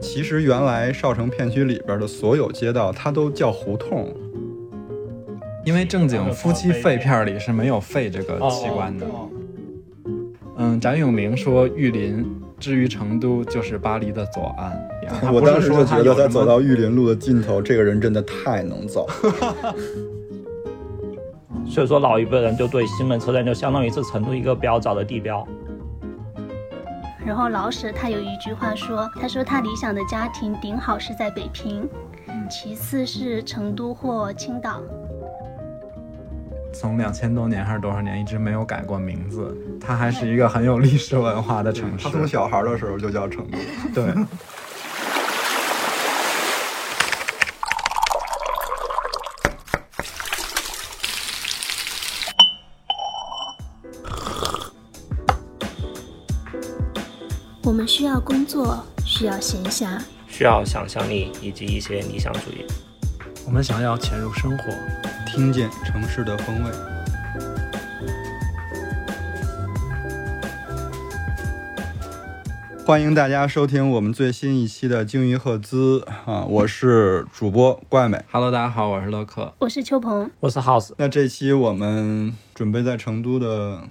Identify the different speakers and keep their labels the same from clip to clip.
Speaker 1: 其实原来少城片区里边的所有街道，它都叫胡同。
Speaker 2: 因为正经夫妻肺片里是没有肺这个器官的。
Speaker 3: 哦
Speaker 2: 嗯，翟永明说玉林至于成都就是巴黎的左岸。 他
Speaker 1: 我
Speaker 2: 不是
Speaker 1: 当时
Speaker 2: 说
Speaker 1: 就
Speaker 2: 他
Speaker 1: 觉得
Speaker 2: 有
Speaker 1: 他
Speaker 2: 什么
Speaker 1: 走到玉林路的尽头，这个人真的太能走了。
Speaker 3: 所以说老一辈人就对西门车站就相当于是成都一个标早的地标。
Speaker 4: 然后老舍他有一句话说，他说他理想的家庭顶好是在北平，其次是成都或青岛。
Speaker 2: 从两千多年还是多少年一直没有改过名字，它还是一个很有历史文化的城市
Speaker 1: 他。从小孩的时候就叫成都。
Speaker 2: 对，
Speaker 4: 我们需要工作，需要闲暇，
Speaker 3: 需要想象力以及一些理想主义。
Speaker 5: 我们想要潜入生活，
Speaker 1: 听见城市的风味。欢迎大家收听我们最新一期的《鲸鱼赫兹》啊，我是主播怪美。
Speaker 2: Hello，大家好，我是乐克。
Speaker 4: 我是邱鹏，
Speaker 3: 我是 House，
Speaker 1: 那这期我们准备在成都的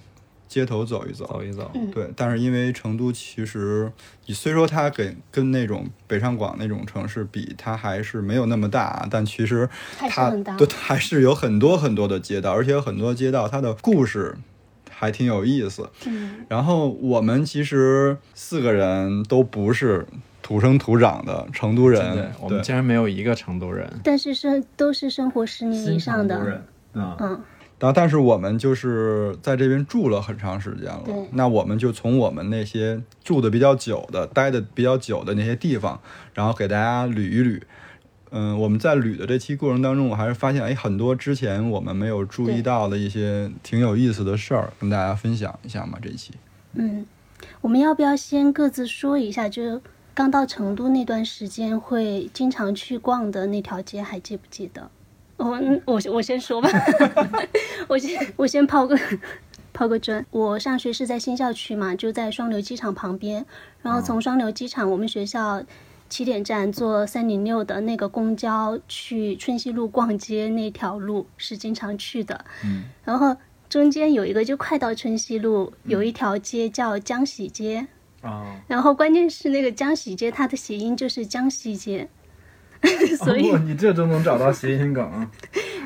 Speaker 1: 街头走一走
Speaker 2: 走。一走，
Speaker 4: 嗯
Speaker 1: 对，但是因为成都其实，你虽说它给跟那种北上广那种城市比，它还是没有那么大，但其实
Speaker 4: 还是
Speaker 1: 它
Speaker 4: 很大。
Speaker 1: 对，还是有很多很多的街道，而且有很多街道它的故事还挺有意思。
Speaker 4: 嗯，
Speaker 1: 然后我们其实四个人都不是土生土长的成都
Speaker 2: 真
Speaker 1: 人
Speaker 2: 的，，我
Speaker 1: 对
Speaker 2: 们，竟然没有一个成都人。
Speaker 4: 但是生都是生活十年以上的，
Speaker 2: 啊，
Speaker 4: 嗯，
Speaker 1: 然后但是我们就是在这边住了很长时间了
Speaker 4: 对。
Speaker 1: 那我们就从我们那些住的比较久的、待的比较久的那些地方，然后给大家捋一捋。嗯，我们在捋的这期过程当中，我还是发现，哎，很多之前我们没有注意
Speaker 4: 对
Speaker 1: 到的一些挺有意思的事儿，跟大家分享一下嘛。这一期，
Speaker 4: 嗯，我们要不要先各自说一下？就刚到成都那段时间，会经常去逛的那条街，还记不记得？我嗯我我先说 吧，我先我先抛个 抛个砖。我上学是在新校区嘛，就在双流机场旁边。然后从双流机场，我们学校起点站坐三零六的那个公交去春熙路逛街那条路是经常去的。嗯，然后中间有一个就快到春熙路，
Speaker 2: 嗯
Speaker 4: 有一条街叫江喜街。
Speaker 5: 哦
Speaker 2: 啊，
Speaker 4: 然后关键是那个江喜街，它的谐音就是江西街， 所以、
Speaker 2: 你这都能找到谐音梗，啊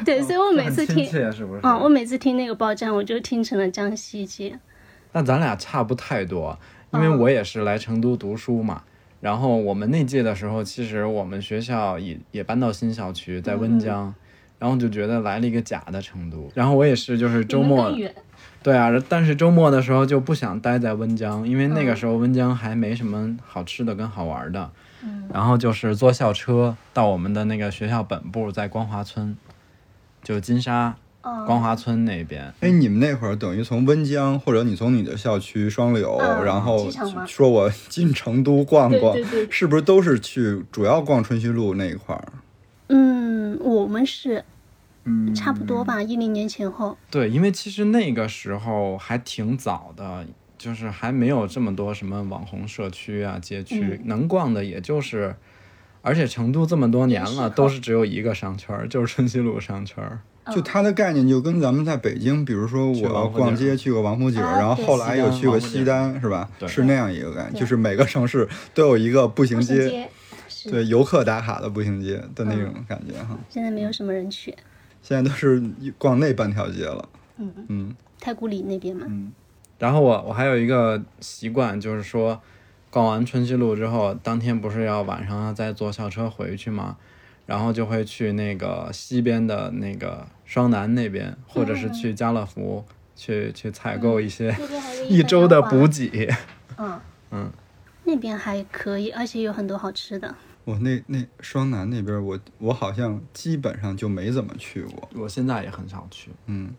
Speaker 4: 对，所以我每次听，
Speaker 2: 切是不是
Speaker 4: 嗯，我每次听那个报站，我就听成了江西街。
Speaker 2: 那咱俩差不太多，因为我也是来成都读书嘛。然后我们那届的时候，其实我们学校也也搬到新校区，在温江，然后就觉得来了一个假的成都。然后我也是，就是周
Speaker 4: 你们
Speaker 2: 末
Speaker 4: 更远，
Speaker 2: 对啊，但是周末的时候就不想待在温江，因为那个时候温江还没什么好吃的跟好玩的。然后就是坐校车到我们的那个学校本部，在光华村，就金沙光华村那边。
Speaker 4: 嗯
Speaker 1: 哎，你们那会儿等于从温江，或者你从你的校区双流，
Speaker 4: 嗯
Speaker 1: 然后
Speaker 4: 机场吗
Speaker 1: 说我 进成都逛逛，
Speaker 4: 对对对
Speaker 1: 是不是都是去主要逛春熙路那一块儿？
Speaker 4: 嗯，我们是，嗯，差不多吧，一零年前后。
Speaker 2: 对，因为其实那个时候还挺早的，就是还没有这么多什么网红社区啊、街区，能逛的也就是，而且成都这么多年
Speaker 4: 临时
Speaker 2: 了，
Speaker 4: 口
Speaker 2: 都是只有一个商圈儿，就是春熙路商圈儿。
Speaker 4: 嗯
Speaker 1: 就它的概念就跟咱们在北京，比如说我
Speaker 2: 去王
Speaker 1: 要
Speaker 2: 府井
Speaker 1: 逛街去过王府井，
Speaker 4: 啊
Speaker 1: 然后
Speaker 4: 对
Speaker 1: 后来
Speaker 2: 西单
Speaker 1: 又去过
Speaker 2: 王府井
Speaker 1: 西单，是吧？
Speaker 2: 对
Speaker 1: 是那样一个概念，
Speaker 4: 对
Speaker 1: 就是每个城市都有一个步行
Speaker 4: 步行
Speaker 1: 街，
Speaker 4: 街是
Speaker 1: 对游客打卡的步行街的那种感觉哈。
Speaker 4: 现在没有什么人去，
Speaker 1: 现在都是逛那半条街了，
Speaker 4: 嗯，
Speaker 1: 嗯，
Speaker 4: 太古里那边嘛，
Speaker 2: 嗯然后我我还有一个习惯，就是说，逛完春熙路之后，当天不是要晚上要再坐校车回去吗？然后就会去那个西边的那个双南那边，或者是去家乐福、去去采购一些
Speaker 4: 那边还有
Speaker 2: 一周的补
Speaker 4: 补，
Speaker 2: 给。
Speaker 4: 嗯
Speaker 2: 嗯，
Speaker 4: 那边还可以，而且有很多好吃的。
Speaker 1: 我那那双南那边，我我好像基本上就没怎么去过。
Speaker 2: 我现在也很少去，
Speaker 1: 嗯，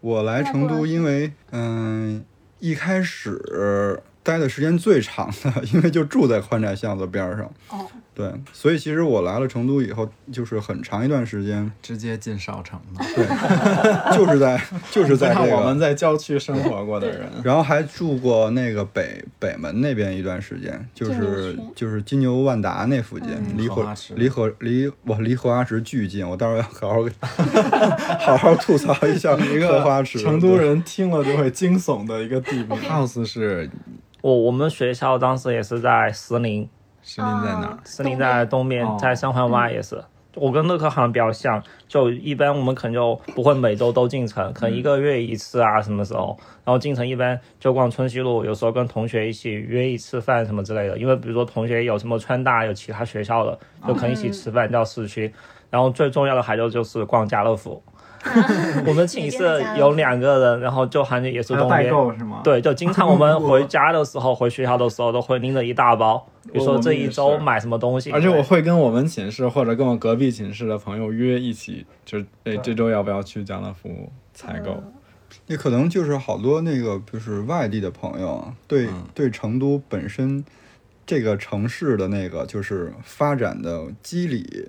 Speaker 1: 我来成都，因为嗯、一开始待的时间最长的，因为就住在宽窄巷子边儿上。
Speaker 4: 哦，
Speaker 1: 对，所以其实我来了成都以后，就是很长一段时间，
Speaker 2: 直接进少城了。
Speaker 1: 就是 在就是在
Speaker 2: 像
Speaker 1: 这
Speaker 2: 我
Speaker 1: 个
Speaker 2: 们在郊区生活过的人，
Speaker 1: 然后还住过那个北北门那边一段时间，就
Speaker 4: 金牛
Speaker 1: 是
Speaker 4: 区嗯
Speaker 1: 就是金牛万达那附近，离
Speaker 2: 荷花
Speaker 1: 火
Speaker 2: 池
Speaker 1: 离荷离哇离荷花池巨近，我到时候要好 好给好好吐槽一下
Speaker 2: 一
Speaker 1: 荷 花
Speaker 2: 个
Speaker 1: 池。
Speaker 2: 成都
Speaker 1: 对
Speaker 2: 人听了就会惊悚的一个地名。House 是
Speaker 3: 我我们学校当时也是在石林，
Speaker 2: 石林在哪儿？
Speaker 4: 啊
Speaker 3: 森林在东边，在三环外也是。我跟乐科好像比较像，就一般我们可能就不会每周都进城，可能一个月一次啊，什么时候？然后进城一般就逛春熙路，有时候跟同学一起约一次饭什么之类的。因为比如说同学有什么川大，有其他学校的，就可以一起吃饭到市区。然后最重要的还有就是逛家乐福。我们寝室有两个人，然后就好像也是东边，
Speaker 2: 是吗，
Speaker 3: 对，就经常我们回家的时候、回学校的时候，都会拎着一大 包，比如
Speaker 2: 我
Speaker 3: 说
Speaker 2: 们
Speaker 3: 这
Speaker 2: 也
Speaker 3: 一周
Speaker 2: 是
Speaker 3: 买什么东西。
Speaker 2: 而且我会跟我们寝室或者跟我隔壁寝室的朋友约一起，就是哎这周要不要去家乐福采购？
Speaker 1: 也可能就是好多那个就是外地的朋友啊，对、
Speaker 2: 嗯
Speaker 1: 对成都本身这个城市的那个就是发展的机理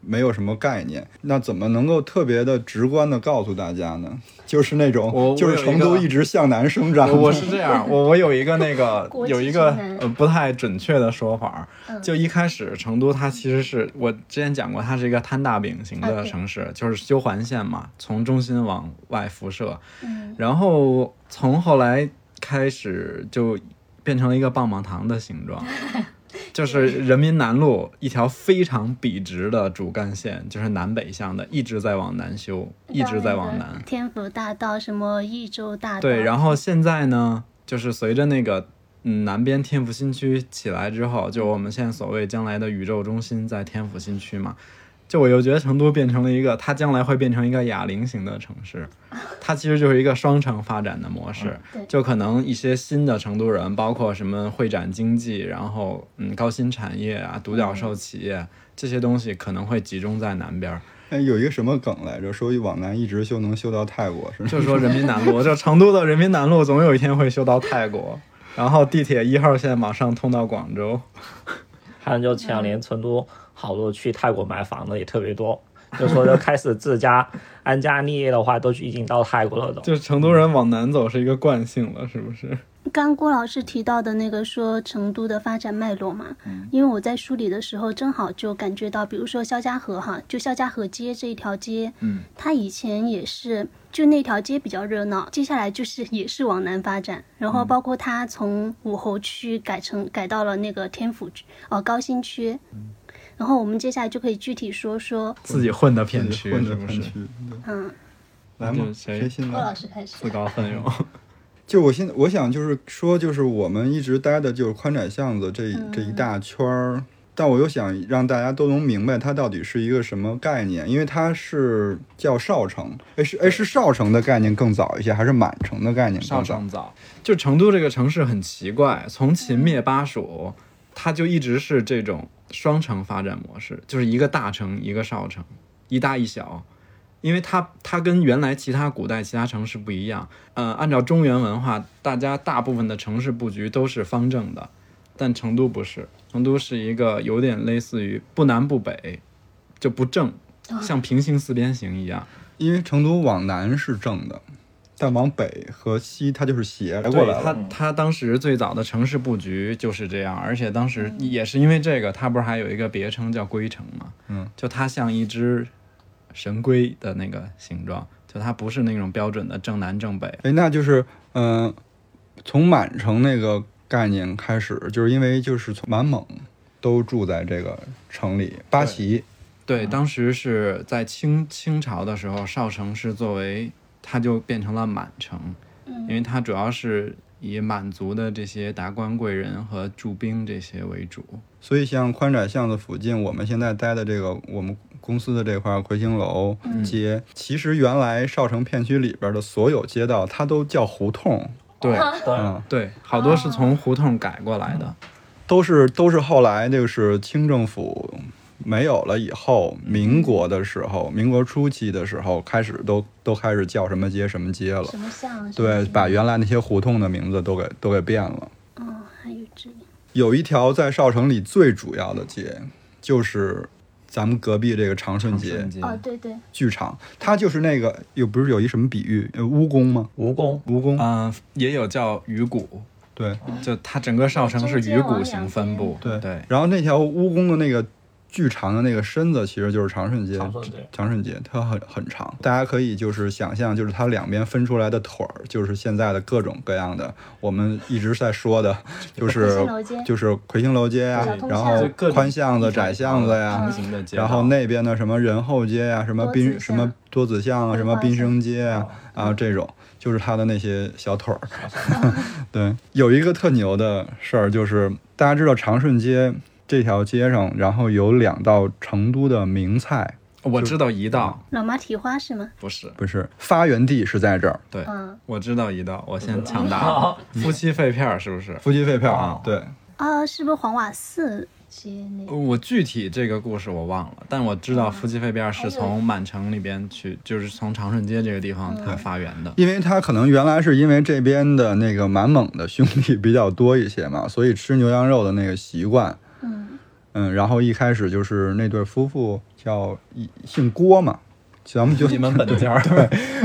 Speaker 1: 没有什么概念，那怎么能够特别的直观的告诉大家呢？ 就是那
Speaker 2: 我
Speaker 1: 种就
Speaker 2: 我有
Speaker 1: 是
Speaker 2: 一
Speaker 1: 成
Speaker 2: 个
Speaker 1: 都一直向南生长
Speaker 2: 我我是这样，我我有一个那个
Speaker 4: 国际嗯
Speaker 2: 有一个
Speaker 4: 直男
Speaker 2: 呃不太准确的说法儿，就一开始成都它其实是我之前讲过，它是一个摊大饼型
Speaker 4: 啊
Speaker 2: 的
Speaker 4: 对
Speaker 2: 城市，就是修环线嘛，从中心往外辐射，
Speaker 4: 嗯
Speaker 2: 然后从后来开始就变成了一个棒棒糖的形 状。就是人民南路一条非常笔直的主干线，就是南北向的，一直在往南修，一直在往南。
Speaker 4: 天府大道什么益州大道，
Speaker 2: 对，然后现在呢，就是随着那个嗯南边天府新区起来之后，
Speaker 4: 嗯
Speaker 2: 就我们现在所谓将来的宇宙中心在天府新区嘛，就我又觉得成都变成了一个，它将来会变成一个哑铃型的城 市，它其实就是一个双城发展的模式，
Speaker 4: 嗯对
Speaker 2: 就可能一些新的成都人，包括什么会展经济，然后嗯高新产业啊、独
Speaker 4: 嗯
Speaker 2: 角兽企业。这些东西可能会集中在南边儿，
Speaker 1: 哎，有一个什么梗来着？说一往南一直修能修到泰国 是吗？
Speaker 2: 就是说人民南路，就成都的人民南路总有一天会修到泰国，然后地铁一号线往上通到广州。
Speaker 3: 还有就前两年成都好多去泰国买房的也特别多，就说就开始自家安家立业的话，都已经到泰国了都。
Speaker 2: 就是成都人往南走是一个惯性了，是不是？
Speaker 4: 刚郭老师提到的那个说成都的发展脉络嘛，
Speaker 2: 嗯
Speaker 4: 因为我在梳理的时候正好就感觉到，比如说肖家河哈，就肖家河街这一条街，嗯，它以前也是就那条街比较热闹，接下来就是也是往南发展，然
Speaker 2: 嗯
Speaker 4: 后包括它从武侯区改成改到了那个天府区哦高新区，
Speaker 2: 嗯
Speaker 4: 然后我们接下来就可以具体说说
Speaker 2: 自己混的
Speaker 1: 混
Speaker 2: 片区
Speaker 1: 的
Speaker 2: 是不
Speaker 1: 片
Speaker 2: 是
Speaker 1: 区？，对
Speaker 4: 嗯，
Speaker 1: 来嘛
Speaker 2: 就，谁
Speaker 1: 谁先
Speaker 4: 郭
Speaker 1: 来
Speaker 4: 老？师开
Speaker 2: 嗯
Speaker 4: 始，
Speaker 2: 自告奋勇，
Speaker 1: 就我现在我想就是说，就是我们一直待的就是宽窄巷子这一这一大圈儿，但我又想让大家都能明白它到底是一个什么概念，因为它是叫少城，哎是哎是少城的概念更早一些，还是满城的概念更早？
Speaker 2: 早。就成都这个城市很奇怪，从秦灭巴蜀，它就一直是这种双城发展模式，就是一个大城一个少城，一大一小。因为它它跟原来其他古代其他城市不一样，呃，按照中原文化，大家大部分的城市布局都是方正的，但成都不是，成都是一个有点类似于不南不北，就不正，像平行四边形一样。
Speaker 1: 因为成都往南是正的，但往北和西它就是斜过来
Speaker 2: 他
Speaker 1: 了。
Speaker 2: 他当时最早的城市布局就是这样，而且当时也是因为这个，它不是还有一个别称叫龟城嘛？
Speaker 1: 嗯，
Speaker 2: 就它像一只神龟的那个形状，就它不是那种标准的正南正北。
Speaker 1: 哎，那就是嗯、呃从满城那个概念开始，就是因为就是从满蒙都住在这个城里，八旗。
Speaker 2: 对，当时是在清清朝的时候，少城是作为它就变成了满城，因为它主要是以满族的这些达官贵人和驻兵这些为主。
Speaker 1: 所以像宽窄巷子附近，我们现在待的这个我们公司的这块儿魁星楼街，其实原来少城片区里边的所有街道，它都叫胡同，
Speaker 2: 对
Speaker 3: 对
Speaker 1: 嗯，
Speaker 2: 对，好多是从胡同改过来的。
Speaker 1: 都是都是后来就是清政府没有了以后，民国的时候，民国初期的时候开始都都开始叫什么街什么街了，
Speaker 4: 什么像什么
Speaker 1: 对，
Speaker 4: 像
Speaker 1: 把原来那些胡同的名字都给都给变了。
Speaker 4: 哦还有这个
Speaker 1: 以有一条在少城里最主要的街，就是咱们隔壁这个长顺街
Speaker 2: 瞬间
Speaker 4: 哦，对对，
Speaker 1: 剧场，它就是那个又不是有一什么比喻，呃蜈蚣吗？
Speaker 3: 蜈蚣
Speaker 1: 蜈蚣，
Speaker 2: 嗯，也有叫鱼骨，
Speaker 1: 对
Speaker 2: 就它整个少城是鱼骨形分布，
Speaker 1: 对
Speaker 2: 对，
Speaker 1: 然后那条蜈蚣的那个巨长的那个身子，其实就是长顺街。
Speaker 3: 长顺街
Speaker 1: 长顺街它很很长，大家可以就是想象，就是它两边分出来的腿儿，就是现在的各种各样的，我们一直在说的，就是
Speaker 4: 新楼街
Speaker 1: 就是魁星楼街呀、啊
Speaker 4: 小通
Speaker 1: 然
Speaker 4: 巷
Speaker 1: 后
Speaker 2: 就各种
Speaker 1: 宽巷子、窄巷子呀、
Speaker 2: 平行的街
Speaker 1: 嗯
Speaker 2: 道，
Speaker 1: 然后那边的什么仁厚街呀、什么
Speaker 4: 多子
Speaker 1: 滨
Speaker 4: 巷
Speaker 1: 什么多子巷啊，什么滨生街啊啊这种，就是他的那些小腿儿。 对，有一个特牛的事儿，就是大家知道长顺街这条街上，然后有两道成都的名菜，
Speaker 2: 我知道一
Speaker 1: 嗯
Speaker 2: 道
Speaker 4: 老妈蹄花是吗？
Speaker 2: 不是，
Speaker 1: 不是发源地是在这儿，
Speaker 2: 对，
Speaker 4: 嗯，
Speaker 2: 我知道一道，我先抢
Speaker 1: 嗯
Speaker 2: 答，夫妻肺片儿是不是？
Speaker 1: 夫妻肺片啊，对，
Speaker 4: 啊，是不是黄瓦寺街那个？
Speaker 2: 我具体这个故事我忘了，但我知道夫妻肺片儿是从满城里边去，就是从长顺街这个地方它发源的。
Speaker 1: 因为他可能原来是因为这边的那个满蒙的兄弟比较多一些嘛，所以吃牛羊肉的那个习惯，
Speaker 4: 嗯，
Speaker 1: 嗯，然后一开始就是那对夫妇叫一姓郭嘛，咱们就
Speaker 2: 你们本 家儿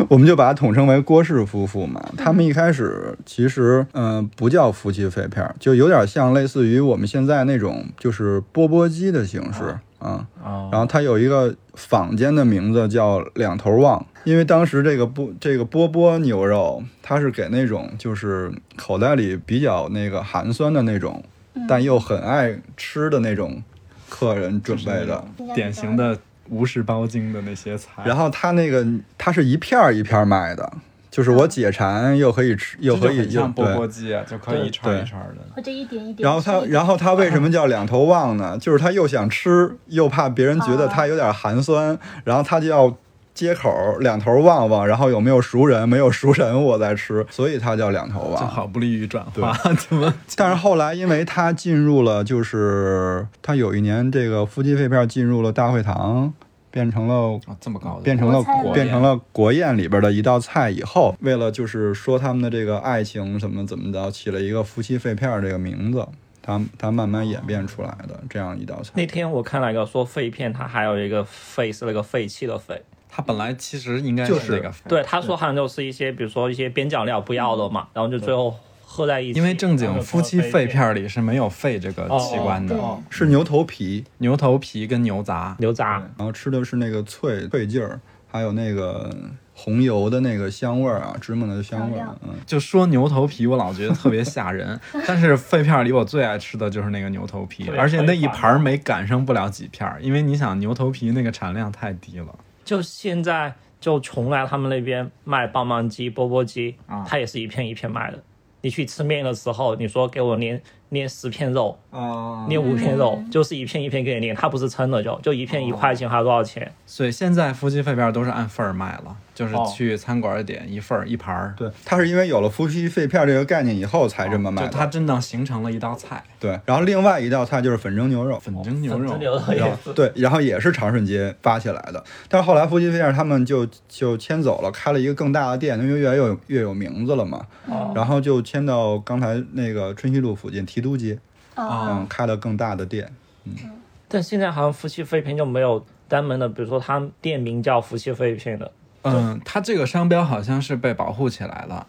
Speaker 1: 我们就把它统称为郭氏夫妇嘛。他们一开始其实嗯、呃不叫夫妻肺片儿，就有点像类似于我们现在那种就是钵钵鸡的形式啊。
Speaker 2: 哦
Speaker 1: 然后它有一个坊间的名字叫两头旺，因为当时这个波这个波波牛肉，它是给那种就是口袋里比较那个寒酸的那种，但又很爱吃的那种客人准备的。
Speaker 4: 应该
Speaker 2: 典型的无事包经的那些菜，
Speaker 1: 然后它那个它是一片儿一片儿卖的，就是我解馋又可以吃，又
Speaker 2: 这就
Speaker 1: 可
Speaker 2: 很
Speaker 1: 以又
Speaker 2: 像钵
Speaker 1: 对。
Speaker 2: 钵鸡啊，就可以一串一串的。
Speaker 4: 或者一点一点。
Speaker 1: 然后它，然后它为什么叫两头旺呢？就是它又想吃，又怕别人觉得它有点寒酸，然后它就要接口儿两头旺旺，然后有没有熟人？没有熟人我再吃，所以它叫两头
Speaker 2: 这
Speaker 1: 旺。
Speaker 2: 好不利于转化，怎么
Speaker 1: 但是后来因为它进入了，就是它有一年这个夫妻肺片进入了大会堂，变成了
Speaker 2: 哦这么高的
Speaker 1: 变成了
Speaker 4: 国菜
Speaker 1: 国
Speaker 4: 吗
Speaker 1: 变成了国宴里边的一道菜以后，为了就是说他们的这个爱情怎么怎么着，起了一个夫妻肺片儿这个名字，它它慢慢演变出来的这样一道
Speaker 3: 那
Speaker 1: 菜。
Speaker 3: 天我看了一个说肺片，它还有一个肺是那个废弃的肺。
Speaker 2: 它本来其实应该
Speaker 1: 就是
Speaker 2: 那个，
Speaker 3: 对，，他说好像就是一些，比如说一些边角料不要了嘛，然后就最后合在一起。
Speaker 2: 因为正经夫妻肺片儿里是没有肺这个器官的，
Speaker 4: 哦
Speaker 1: 是牛头皮，
Speaker 2: 牛头皮跟牛杂，
Speaker 3: 牛杂，
Speaker 1: 然后吃的是那个脆脆劲儿，还有那个红油的那个香味儿啊，芝麻的香味
Speaker 4: 调
Speaker 1: 儿
Speaker 4: 料。
Speaker 1: 嗯，
Speaker 2: 就说牛头皮，我老觉得特别吓人。但是肺片儿里我最爱吃的就是那个牛头皮，
Speaker 3: 对
Speaker 2: 而且那一
Speaker 3: 非常
Speaker 2: 盘儿没赶上不了几片儿，因为你想牛头皮那个产量太低了。
Speaker 3: 就现在就邛崃他们那边卖棒棒鸡、钵钵鸡，它也是一片一片卖的。你去吃面的时候，你说给我捏捏十片肉，
Speaker 2: 啊
Speaker 3: 捏五片肉，就是一片一片给你捏，它不是称的就，就一片一块钱还是多少钱？
Speaker 2: 所以现在夫妻肺片儿都是按份儿卖了，就是
Speaker 3: 哦
Speaker 2: 去餐馆儿点一份儿一盘儿，
Speaker 1: 对，它是因为有了夫妻肺片儿这个概念以后才这么卖
Speaker 2: 哦就
Speaker 1: 的。
Speaker 2: 它真的形成了一道菜，
Speaker 1: 对，然后另外一道菜就是粉蒸牛肉，
Speaker 2: 粉蒸牛
Speaker 3: 哦粉
Speaker 2: 肉
Speaker 3: 蒸。牛肉也是。
Speaker 1: 对，然后也是长顺街发起来的，但是后来夫妻肺片他们就就迁走了，开了一个更大的店，因为越来越有越有名字了嘛，然后就迁到刚才那个春熙路附近提督街，
Speaker 4: 哦，
Speaker 1: 嗯，开了更大的店。
Speaker 3: 但现在好像夫妻肺片就没有单门的，比如说他店名叫夫妻肺片的，
Speaker 2: 嗯，它这个商标好像是被保护起来了，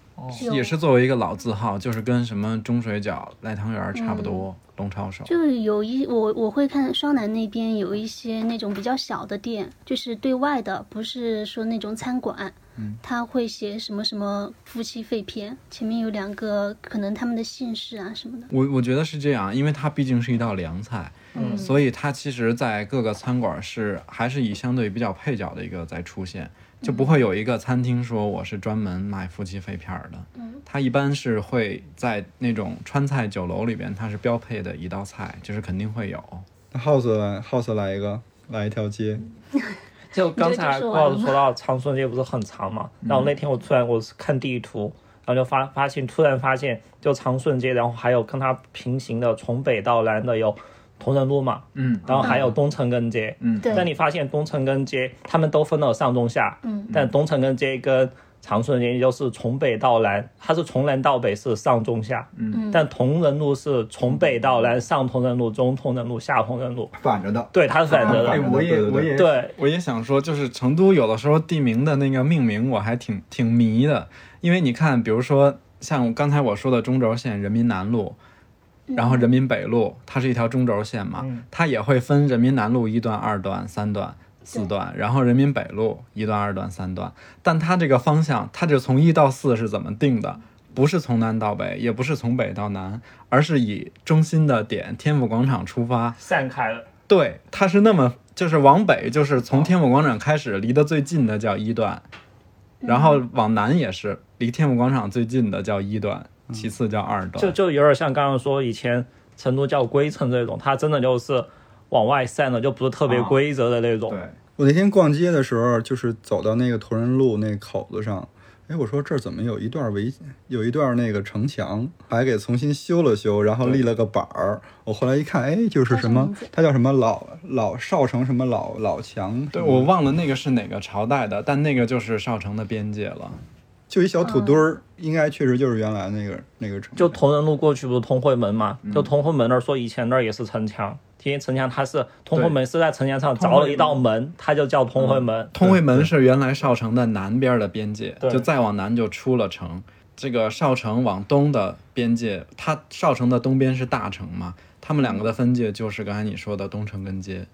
Speaker 2: 也是作为一个老字号，就是跟什么中水饺、赖汤圆儿差不多，龙抄手。
Speaker 4: 就有一我我会看双楠那边有一些那种比较小的店，就是对外的，不是说那种餐馆，
Speaker 2: 嗯
Speaker 4: 他会写什么什么夫妻肺片，前面有两个可能他们的姓氏啊什么的。
Speaker 2: 我我觉得是这样，因为它毕竟是一道凉菜，嗯，所以它其实，在各个餐馆是还是以相对比较配角的一个在出现，就不会有一个餐厅说我是专门卖夫妻肺片儿的，嗯，它一般是会在那种川菜酒楼里边，它是标配的一道菜，就是肯定会有。
Speaker 1: house 来 house 来一个，来一条街，
Speaker 3: 就刚
Speaker 4: 你
Speaker 3: 才
Speaker 4: 这就
Speaker 3: 郭
Speaker 4: 说完了
Speaker 3: 老师说到长顺街不是很长嘛，然后那天我突然我是看地图，然后就发发现突然发现就长顺街，然后还有跟它平行的从北到南的有同仁路嘛，
Speaker 2: 嗯，
Speaker 3: 然后还有东城根街，
Speaker 2: 嗯
Speaker 4: 对
Speaker 3: 但你发现东城根街他们都分了上中下，嗯，但东城根街跟长春街，也就是从北到南，它是从南到北是上中下，
Speaker 4: 嗯
Speaker 3: 但同仁路是从北到南，上同仁路、中同仁路、下同仁路，
Speaker 1: 反着的。
Speaker 3: 对，它是反着
Speaker 1: 哎
Speaker 3: 的，
Speaker 1: 我也我也
Speaker 3: 对，
Speaker 2: 我也想说，就是成都有的时候地名的那个命名，我还挺挺迷的，因为你看，比如说像刚才我说的中轴线人民南路，然后人民北路，它是一条中轴线嘛，
Speaker 3: 嗯
Speaker 2: 它也会分人民南路一段、二段、三段、四段，然后人民北路一段、二段、三段，但它这个方向，它就从一到四是怎么定的？不是从南到北，也不是从北到南，而是以中心的点天府广场出发，
Speaker 3: 散开了。
Speaker 2: 对，它是那么，就是往北，就是从天府广场开始，离得最近的叫一段，然后往南也是，离天府广场最近的叫一段，其次叫二
Speaker 3: 就
Speaker 2: 段。
Speaker 3: 就有点像刚刚说以前成都叫规城这种，它真的就是往外散的，就不是特别规则的那种。
Speaker 2: 对，
Speaker 1: 我那天逛街的时候，就是走到那个同仁路那口子上，哎，我说这儿怎么有一段围，有一段那个城墙，还给重新修了修，然后立了个板儿。我后来一看，哎，就是什么，它叫什么老老少城什么老老墙，
Speaker 2: 对我忘了那个是哪个朝代的，但那个就是少城的边界了。
Speaker 1: 就一小土堆儿，应该确实就是原来那个那个城。
Speaker 3: 就同仁路过去不是通惠门嘛？就通惠门那儿说以前那儿也是城墙，因为城墙它是通惠门是在城墙上凿了一道门，它就叫通惠门。
Speaker 2: 通惠门是原来少城的南边的边界，
Speaker 3: 对
Speaker 2: 就再往南就出了城。这个少城往东的边界，它少城的东边是大城嘛，他们两个的分界就是刚才你说的东城跟街。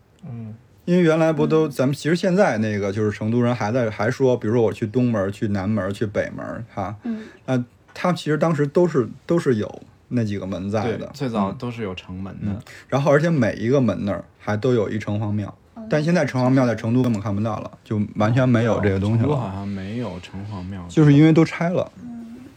Speaker 1: 因为原来不都，咱们其实现在那个就是成都人还在还说，比如说我去东门儿、去南门儿、去北门儿，哈，
Speaker 4: 嗯，
Speaker 1: 那他其实当时都是都是有那几个门在
Speaker 2: 对
Speaker 1: 的，，
Speaker 2: 最早都是有城门的。
Speaker 1: 然后而且每一个门那儿还都有一城隍庙，但现在城隍庙在成都根本看不到了，就完全没有这个东西
Speaker 2: 成都
Speaker 1: 了，
Speaker 2: 好像没有城隍庙，
Speaker 1: 就是因为都拆了。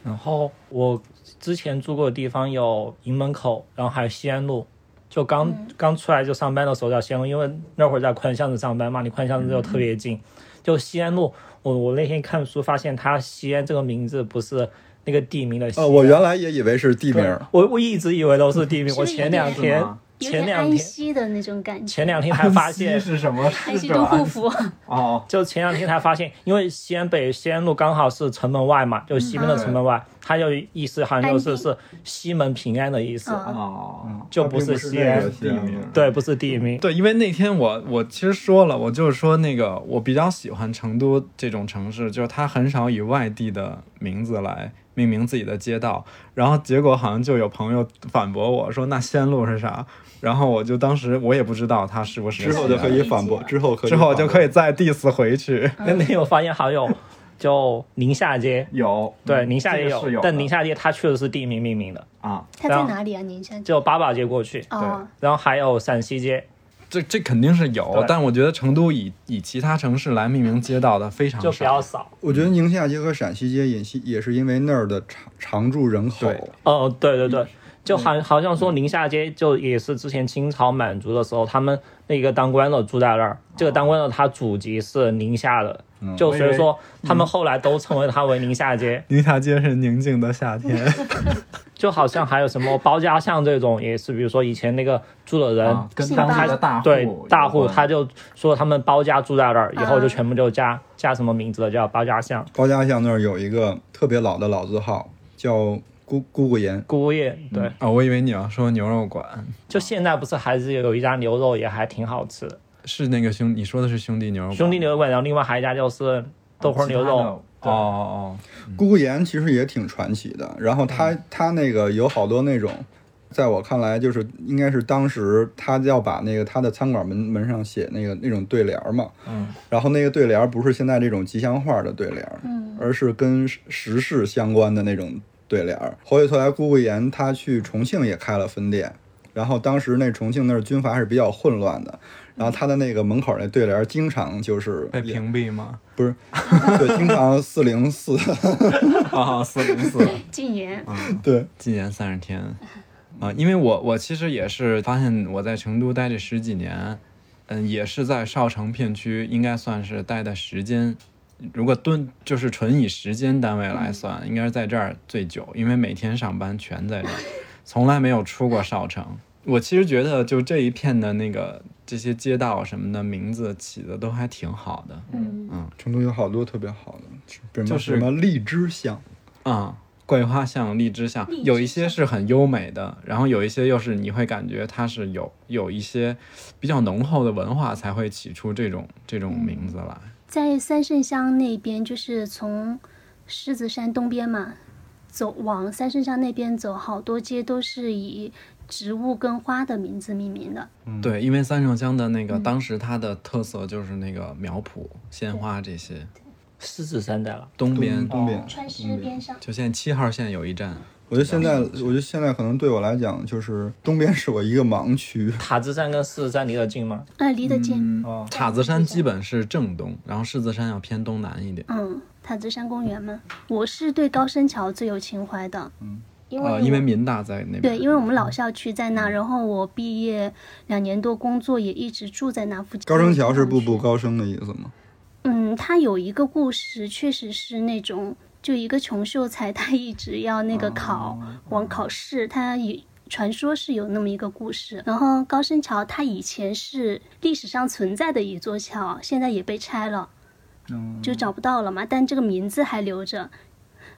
Speaker 3: 然后我之前住过的地方有营门口，然后还有西安路。就刚、
Speaker 4: 嗯
Speaker 3: 刚出来就上班的时候叫西安路，因为那会儿在宽巷子上班嘛，离宽巷子就特别近。就西安路，我我那天看书发现，它西安这个名字不是那个地名的西安。
Speaker 1: 呃，我原来也以为是地名儿，
Speaker 3: 我我一直以为都是地名，
Speaker 4: 是
Speaker 3: 我
Speaker 4: 不是有
Speaker 3: 前两
Speaker 4: 点
Speaker 3: 天
Speaker 4: 有
Speaker 3: 前
Speaker 4: 点
Speaker 3: 两
Speaker 4: 安
Speaker 3: 天
Speaker 4: 息的那种感觉，
Speaker 3: 前两天才 发现，
Speaker 2: 是什么？
Speaker 4: 安息都 护符，
Speaker 2: 哦，
Speaker 3: 就前两天才发现，因为西安北西安路刚好是城门外嘛，就西
Speaker 4: 嗯
Speaker 3: 边的城门外，它就意思好像就是
Speaker 4: 安定
Speaker 3: 是西门平安的意思，啊
Speaker 4: 嗯
Speaker 2: 哦，
Speaker 3: 就
Speaker 1: 它并
Speaker 3: 是
Speaker 1: 不
Speaker 3: 西
Speaker 1: 那
Speaker 3: 安
Speaker 1: 个。地名。
Speaker 3: 对，不是地名。
Speaker 2: 对，因为那天我我其实说了，我就是说那个我比较喜欢成都这种城市，就是它很少以外地的名字来命名自己的街道。然后结果好像就有朋友反驳我说：“那仙路是啥？”然后我就当时我也不知道它是不是
Speaker 1: 之后就可以反驳，
Speaker 4: 嗯
Speaker 1: 之后可以
Speaker 2: 之后就可
Speaker 1: 以
Speaker 2: 以再 diss 回去。
Speaker 3: 那天我发现还有，就宁夏街，
Speaker 2: 有
Speaker 3: 对，宁夏街
Speaker 2: 嗯这个是有的
Speaker 3: 但宁夏街它确实是地名命名的，
Speaker 2: 啊，
Speaker 4: 它在哪里啊？宁夏
Speaker 3: 就八宝街过去，
Speaker 4: 哦，
Speaker 3: 然后还有陕西街，
Speaker 2: 这这肯定是有
Speaker 3: 对，
Speaker 2: 但我觉得成都以以其他城市来命名街道的非常
Speaker 3: 就比较
Speaker 2: 少。
Speaker 3: 少。
Speaker 1: 我觉得宁夏街和陕西街也是也是因为那儿的常常住人口，
Speaker 2: 对
Speaker 3: 哦，对对
Speaker 2: 嗯
Speaker 3: 对，就好好像说宁夏街就也是之前清朝满族的时候，他们那个当官的住在
Speaker 2: 哦
Speaker 3: 那儿，这个当官的他祖籍是宁夏的，
Speaker 2: 嗯
Speaker 3: 就所以说他们后来都称为他为宁夏街，
Speaker 2: 宁夏街是宁静的夏 天，啊
Speaker 3: 就好像还有什么包家巷这种也是，比如说以前那个住的人。
Speaker 2: 嗯跟
Speaker 4: 当地的
Speaker 2: 啊大
Speaker 3: 对大户，他就说他们包家住在那儿，以
Speaker 2: 啊
Speaker 3: 后就全部就加加什么名字了，叫包家巷、
Speaker 1: 包家巷那儿有一个特别老的老字号，叫姑姑姑岩，
Speaker 3: 姑姑宴。对，
Speaker 2: 哦，我以为你要说牛肉馆，
Speaker 3: 就现在不是还是有一家牛肉也还挺好吃的，
Speaker 2: 是那个兄，你说的是兄弟牛肉馆，
Speaker 3: 兄弟牛肉馆，然后另外还有一家就是豆花牛肉，
Speaker 2: 嗯哦哦
Speaker 1: 姑姑岩其实也挺传奇的，然后他
Speaker 2: 嗯
Speaker 1: 他那个有好多那种，在我看来就是应该是当时他要把那个他的餐馆门门上写那个那种对联儿嘛，
Speaker 2: 嗯，
Speaker 1: 然后那个对联儿不是现在这种吉祥话的对联儿，
Speaker 4: 嗯，
Speaker 1: 而是跟时时事相关的那种对联儿。侯后来姑姑岩他去重庆也开了分店，然后当时那重庆那儿军阀是比较混乱的，然后他的那个门口那对联儿经常就是
Speaker 2: 哦，被屏蔽 吗？
Speaker 1: 不是对，经常四零四
Speaker 2: 啊，四零四，
Speaker 4: 晋源，
Speaker 1: 对。
Speaker 2: 禁言三十天啊、因为我我其实也是发现我在成都待这十几年，嗯，也是在少城片区，应该算是待的时间，如果蹲就是纯以时间单位来算，应该是在这儿最久，因为每天上班全在这儿， 从来没有出过少城。我其实觉得就这一片的那个这些街道什么的名字起的都还挺好的，
Speaker 4: 嗯，
Speaker 1: 成都有好多特别好的，比
Speaker 2: 就
Speaker 1: 如
Speaker 2: 是
Speaker 1: 什么荔枝巷，
Speaker 2: 啊、桂花巷、荔枝巷
Speaker 4: 荔，枝
Speaker 2: 有一些是很优美的，然后有一些又是你会感觉它是有有一些比较浓厚的文化才会起出这种这种名字来。
Speaker 4: 在三圣乡那边，就是从狮子山东边嘛，走往三圣乡那边走，好多街都是以植物跟花的名字命名的。
Speaker 1: 嗯
Speaker 2: 对，因为三圣乡的那个当时它的特色就是那个苗圃、鲜花这些，
Speaker 3: 狮子山在了，
Speaker 2: 东
Speaker 1: 东
Speaker 2: 边。哦
Speaker 1: 东边。
Speaker 4: 川师边上，
Speaker 2: 就现在七号线有一站，
Speaker 1: 我觉得现在，我觉得现在可能对我来讲，就是东边是我一个盲区。
Speaker 3: 塔子山跟狮子山离得近吗？
Speaker 4: 呃，离得近。
Speaker 1: 哦，
Speaker 2: 塔子山基本是正东，然后狮子山要偏东南一点。
Speaker 4: 嗯，塔子山公园嘛，我是对高升桥最有情怀的，嗯，因
Speaker 1: 啊
Speaker 4: 为我、
Speaker 2: 呃，因为民大在那边。
Speaker 4: 对，因为我们老校区在那，然后我毕业两年多，工作也一直住在那附近。
Speaker 1: 高升桥是步步高升的意思吗？
Speaker 4: 嗯，它有一个故事，确实是那种，就一个穷秀才，他一直要那个
Speaker 2: 哦
Speaker 4: 考往考试，他也传说是有那么一个故事。然后高升桥，它以前是历史上存在的一座桥，现在也被拆了，
Speaker 2: 哦
Speaker 4: 就找不到了嘛。但这个名字还留着。